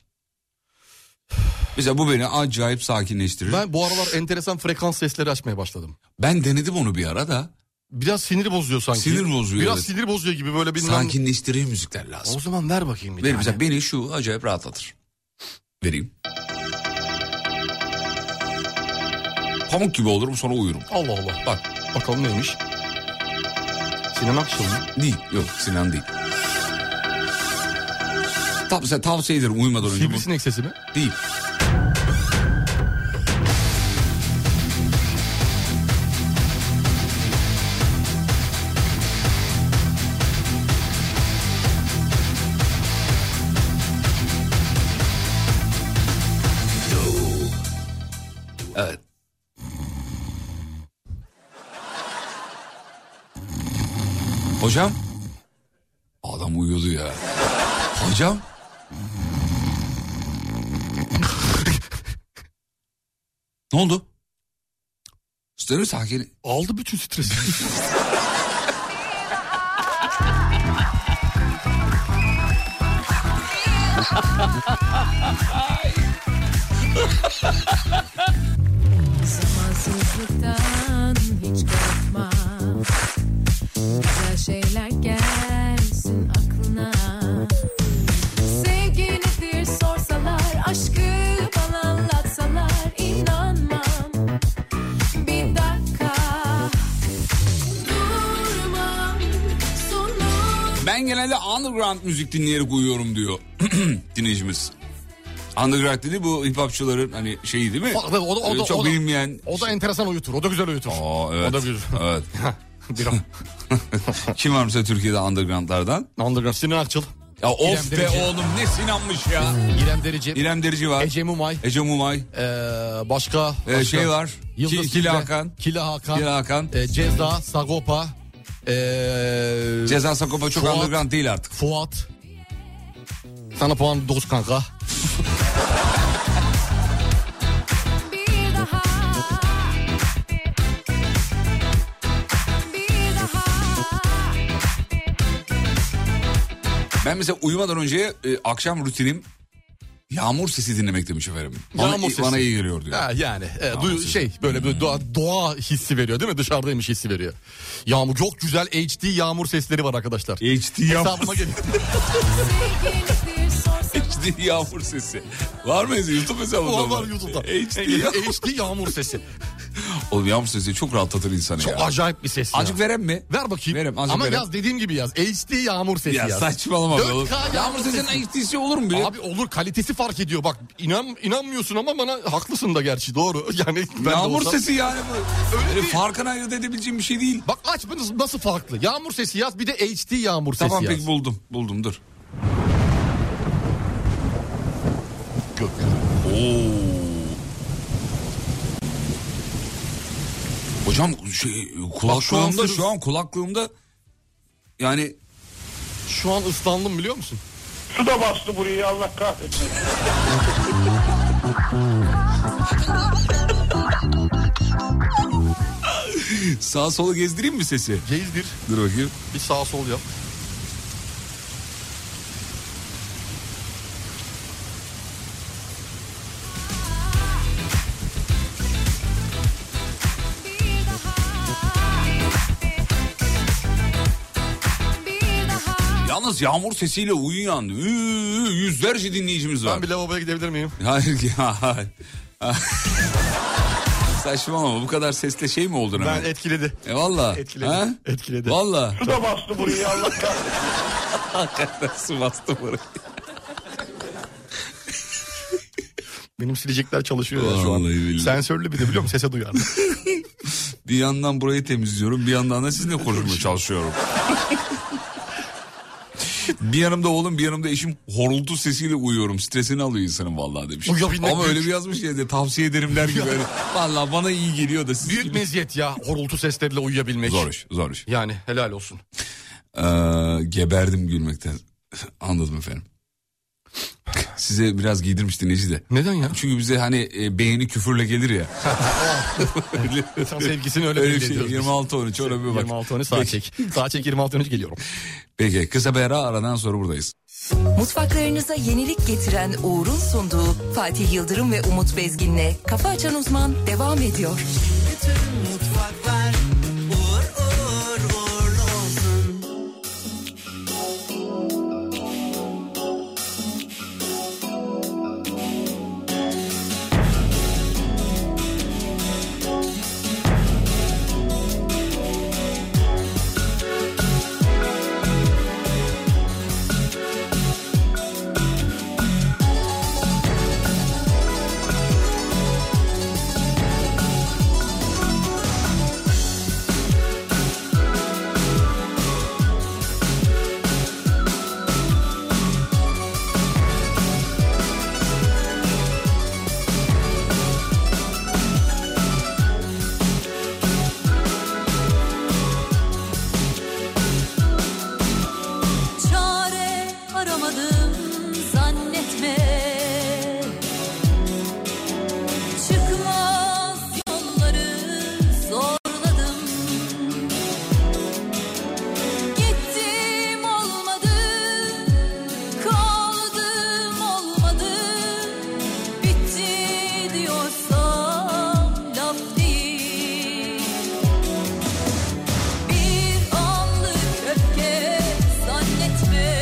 Mesela bu beni acayip sakinleştirir. Ben, Ben bu aralar enteresan frekans sesleri açmaya başladım. denedim onu bir ara da. Biraz sinir bozuyor sanki. Sinir bozuyor, Biraz evet. sinir bozuyor gibi böyle bilmem. Sakinleştirici müzikler lazım. O zaman ver bakayım bir Ver tane. mesela beni şu acayip rahatlatır. Vereyim. Pamuk gibi olurum sonra uyurum. Allah Allah. Bak bakalım neymiş. Sinan Akçıl mı? Değil yok Sinan değil. Tav mesela tavsiye ederim uyumadan önce. bu- Sivrisinek sesi mi? Değil. Evet. Hocam. Adam uyudu ya. Hocam. Ne oldu? Üstelik sakin. Aldı bütün stresi. Zamansızlıktan hiç korkma Güzel şeyler gelsin aklına Sevgi nedir sorsalar Aşkı bana anlatsalar inanmam Bir dakika Durmam Sonum Ben genelde underground müzik dinleyerek uyuyorum diyor *clears throat* dinleyicimiz. Underground dedi bu hip hopçıların hani şeyi değil mi? O da- o da- o Ee, da- Çok o da- bilinmeyen. o da enteresan uyutur. O da güzel uyutur. Aa, evet. O da güzel. Evet. *laughs* Biraz. *laughs* Kim var mesela Türkiye'de undergroundlardan? Underground Sinan Akçıl. Ya İrem of be Derici. oğlum ne sinanmış ya. *laughs* İrem Derici. E, İrem Derici var. Ece Mumay. Ece Mumay. Ee, başka, Ee, başka. şey var. Yıldız Ki- Tilbe, Kila Hakan. Kila Hakan. Kila Hakan. Ee, Ceza, Sagopa. E, Ee, Ceza Sakopa çok Fuat, underground değil artık. Fuat. Sana puan 9 kanka. bir daha Bir daha Ben mesela uyumadan önce e, akşam rutinim yağmur sesi dinlemek demiş efendim. Bana, Yağmur sesi. bana iyi geliyor diyor. Ha, yani e, Yağmur duyu- sesi. şey böyle bir doğa, doğa hissi veriyor değil mi? Dışarıdaymış hissi veriyor. Yağmur çok güzel HD yağmur sesleri var arkadaşlar. HD Hesabıma geliyor. *laughs* HD yağmur sesi. Var mı YouTube hesabında? Var var YouTube'da. HD ya- HD yağmur sesi. Oğlum yağmur sesi çok rahatlatır insanı Çok ya. acayip bir ses. ya. Acık veren mi? Ver bakayım. Verem, azıcık Ama verem. yaz dediğim gibi yaz. HD yağmur sesi Ya yaz. saçmalama be 4K oğlum. Yağmur sesinin HD'si olur mu bile? Abi olur kalitesi fark ediyor. Bak inan inanmıyorsun ama bana haklısın da gerçi doğru. *laughs* Yani ben de Yağmur olsam- sesi yani bu. Öyle Öyle değil. farkını ayırt edebileceğim bir şey değil. Bak aç bu nasıl- nasıl farklı. Yağmur sesi yaz bir de HD yağmur sesi Tamam yaz. peki buldum. Buldum dur. Oo. Hocam şey, kulaklığımda an şu an kulaklığımda yani Şu an ıslandım biliyor musun? Su da bastı burayı Allah kahretsin. sağa sola gezdireyim mi sesi? Gezdir. Dur bakayım. Bir sağ sol yap. Yalnız yağmur sesiyle uyuyan ıı, yüzlerce dinleyicimiz var. *laughs* Ben bir lavaboya gidebilir miyim? Hayır ki. hayır. Saçmalama bu kadar sesle şey mi oldun hemen? Ben etkiledi. E valla. Etkiledi. Ha? Etkiledi. Valla. Su da bastı burayı Allah kahretsin. Hakikaten su bastı burayı. Benim silecekler çalışıyor ya şu an. Vallahi billahi. Sensörlü bir de biliyor musun? Sese duyar. Bir yandan burayı temizliyorum bir yandan da sizinle konuşmaya çalışıyorum. bir yanımda oğlum bir yanımda eşim horultu sesiyle uyuyorum. Stresini alıyor insanın vallahi demiş. Uyuyabilmek Ama büyük- öyle bir yazmış ya de tavsiye ederim der gibi. Öyle. Vallahi bana iyi geliyor da siz *laughs* Büyük meziyet ya horultu sesleriyle uyuyabilmek. Zor iş, zor iş. Yani helal olsun. Ee, geberdim gülmekten. Anladım efendim. Size biraz giydirmişti Necide. de. Neden ya? Çünkü bize hani e, beğeni küfürle gelir ya. *laughs* İnsan sevgisini öyle, Öyle belli bir şey. ediyoruz biz. 26 13 öyle bir bak. 26 13 saat çek. Saat çek 26 13 geliyorum. Peki kısa bir ara aradan sonra buradayız. Mutfaklarınıza yenilik getiren Uğur'un sunduğu Fatih Yıldırım ve Umut Bezgin'le Kafa Açan Uzman devam ediyor. Bütün mutfaklar uğur uğur uğurlu olsun. Çare aramadım zannetme Çıkmaz yolları zorladım Gittim olmadı Kaldım olmadı Bitti diyorsam laf değil bir anlık öfke zannetme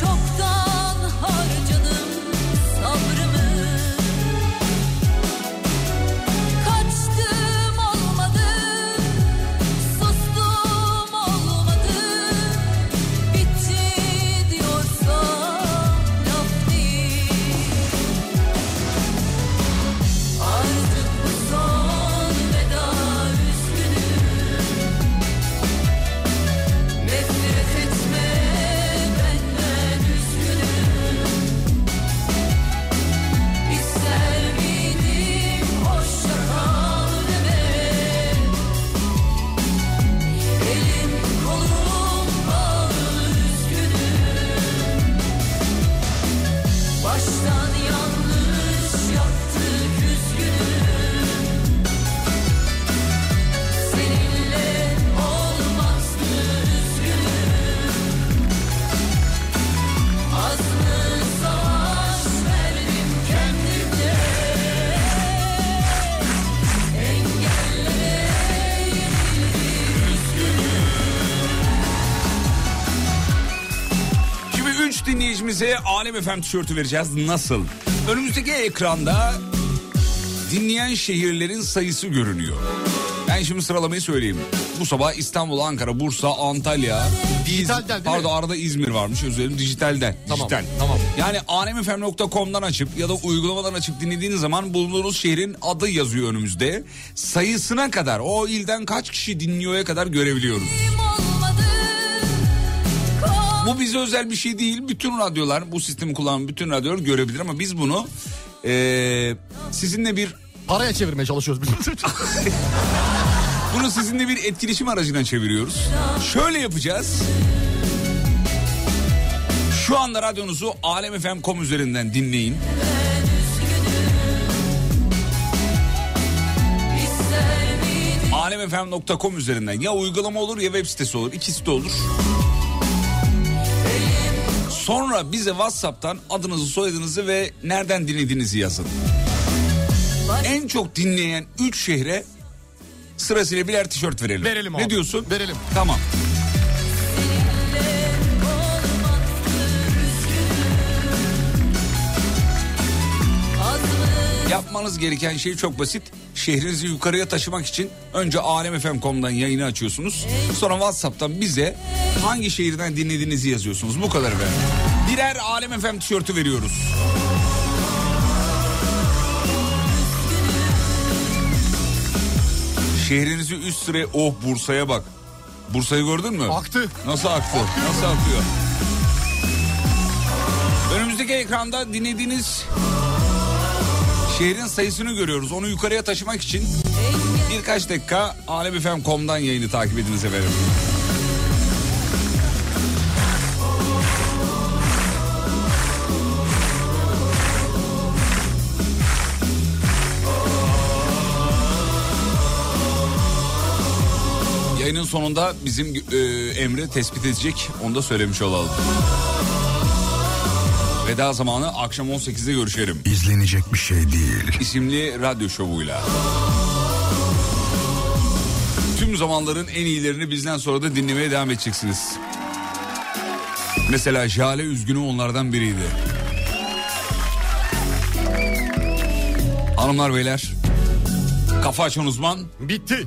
Çoktan harcadım sabrımı Kaçtım olmadı, sustum olmadı Bitti diyorsa laf değil Artık bu son veda üzgünüm Nefret etme benden üzgünüm İster miydim hoşça kal demek Elim kolum bağlı üzgünüm Baştan yanlış yaptık üzgünüm Seninle olmazdı üzgünüm Az mı savaş verdim kendimde Engellere yenildim üzgünüm Şimdi 3 dinleyicimize Alem FM tişörtü vereceğiz. Nasıl? Önümüzdeki ekranda dinleyen şehirlerin sayısı görünüyor. Ben şimdi sıralamayı söyleyeyim. Bu sabah İstanbul, Ankara, Bursa, Antalya, dijitalden Pardon arada İzmir varmış özür dilerim dijitalden. Tamam, Dijital. tamam. Yani anemfm.com'dan açıp ya da uygulamadan açıp dinlediğiniz zaman bulunduğunuz şehrin adı yazıyor önümüzde. Sayısına kadar o ilden kaç kişi dinliyorya kadar görebiliyoruz. Bu bize özel bir şey değil. Bütün radyolar bu sistemi kullanan bütün radyolar görebilir ama biz bunu eee, sizinle bir Paraya çevirmeye çalışıyoruz *laughs* biz. bunu sizinle bir etkileşim aracına çeviriyoruz. Şöyle yapacağız. Şu anda radyonuzu alemfm.com üzerinden dinleyin. İster miydim alemfm.com üzerinden ya uygulama olur ya web sitesi olur. İkisi de olur. Sonra bize WhatsApp'tan adınızı, soyadınızı ve nereden dinlediğinizi yazın. En çok dinleyen 3 şehre sırasıyla birer tişört verelim. Verelim Ne abi. diyorsun? Verelim. Tamam. Az mı Yapmanız gereken şey çok basit. Şehrinizi yukarıya taşımak için önce alemfm.com'dan yayını açıyorsunuz. Sonra WhatsApp'tan bize hangi şehirden dinlediğinizi yazıyorsunuz. Bu kadar efendim. Birer Alem FM tişörtü veriyoruz. Şehrinizi üst sıra oh Bursa'ya bak. Bursa'yı gördün mü? Aktı. Nasıl aktı? Nasıl akıyor? Önümüzdeki ekranda dinlediğiniz şehrin sayısını görüyoruz. Onu yukarıya taşımak için birkaç dakika alemfm.com'dan yayını takip ediniz efendim. Yayının sonunda bizim e, Emre tespit edecek. Onu da söylemiş olalım. Veda zamanı akşam 18'de görüşelim. İzlenecek bir şey değil. İsimli radyo şovuyla. Tüm zamanların en iyilerini bizden sonra da dinlemeye devam edeceksiniz. Mesela Jale Üzgünü onlardan biriydi. Hanımlar beyler. Kafa açan uzman. Bitti.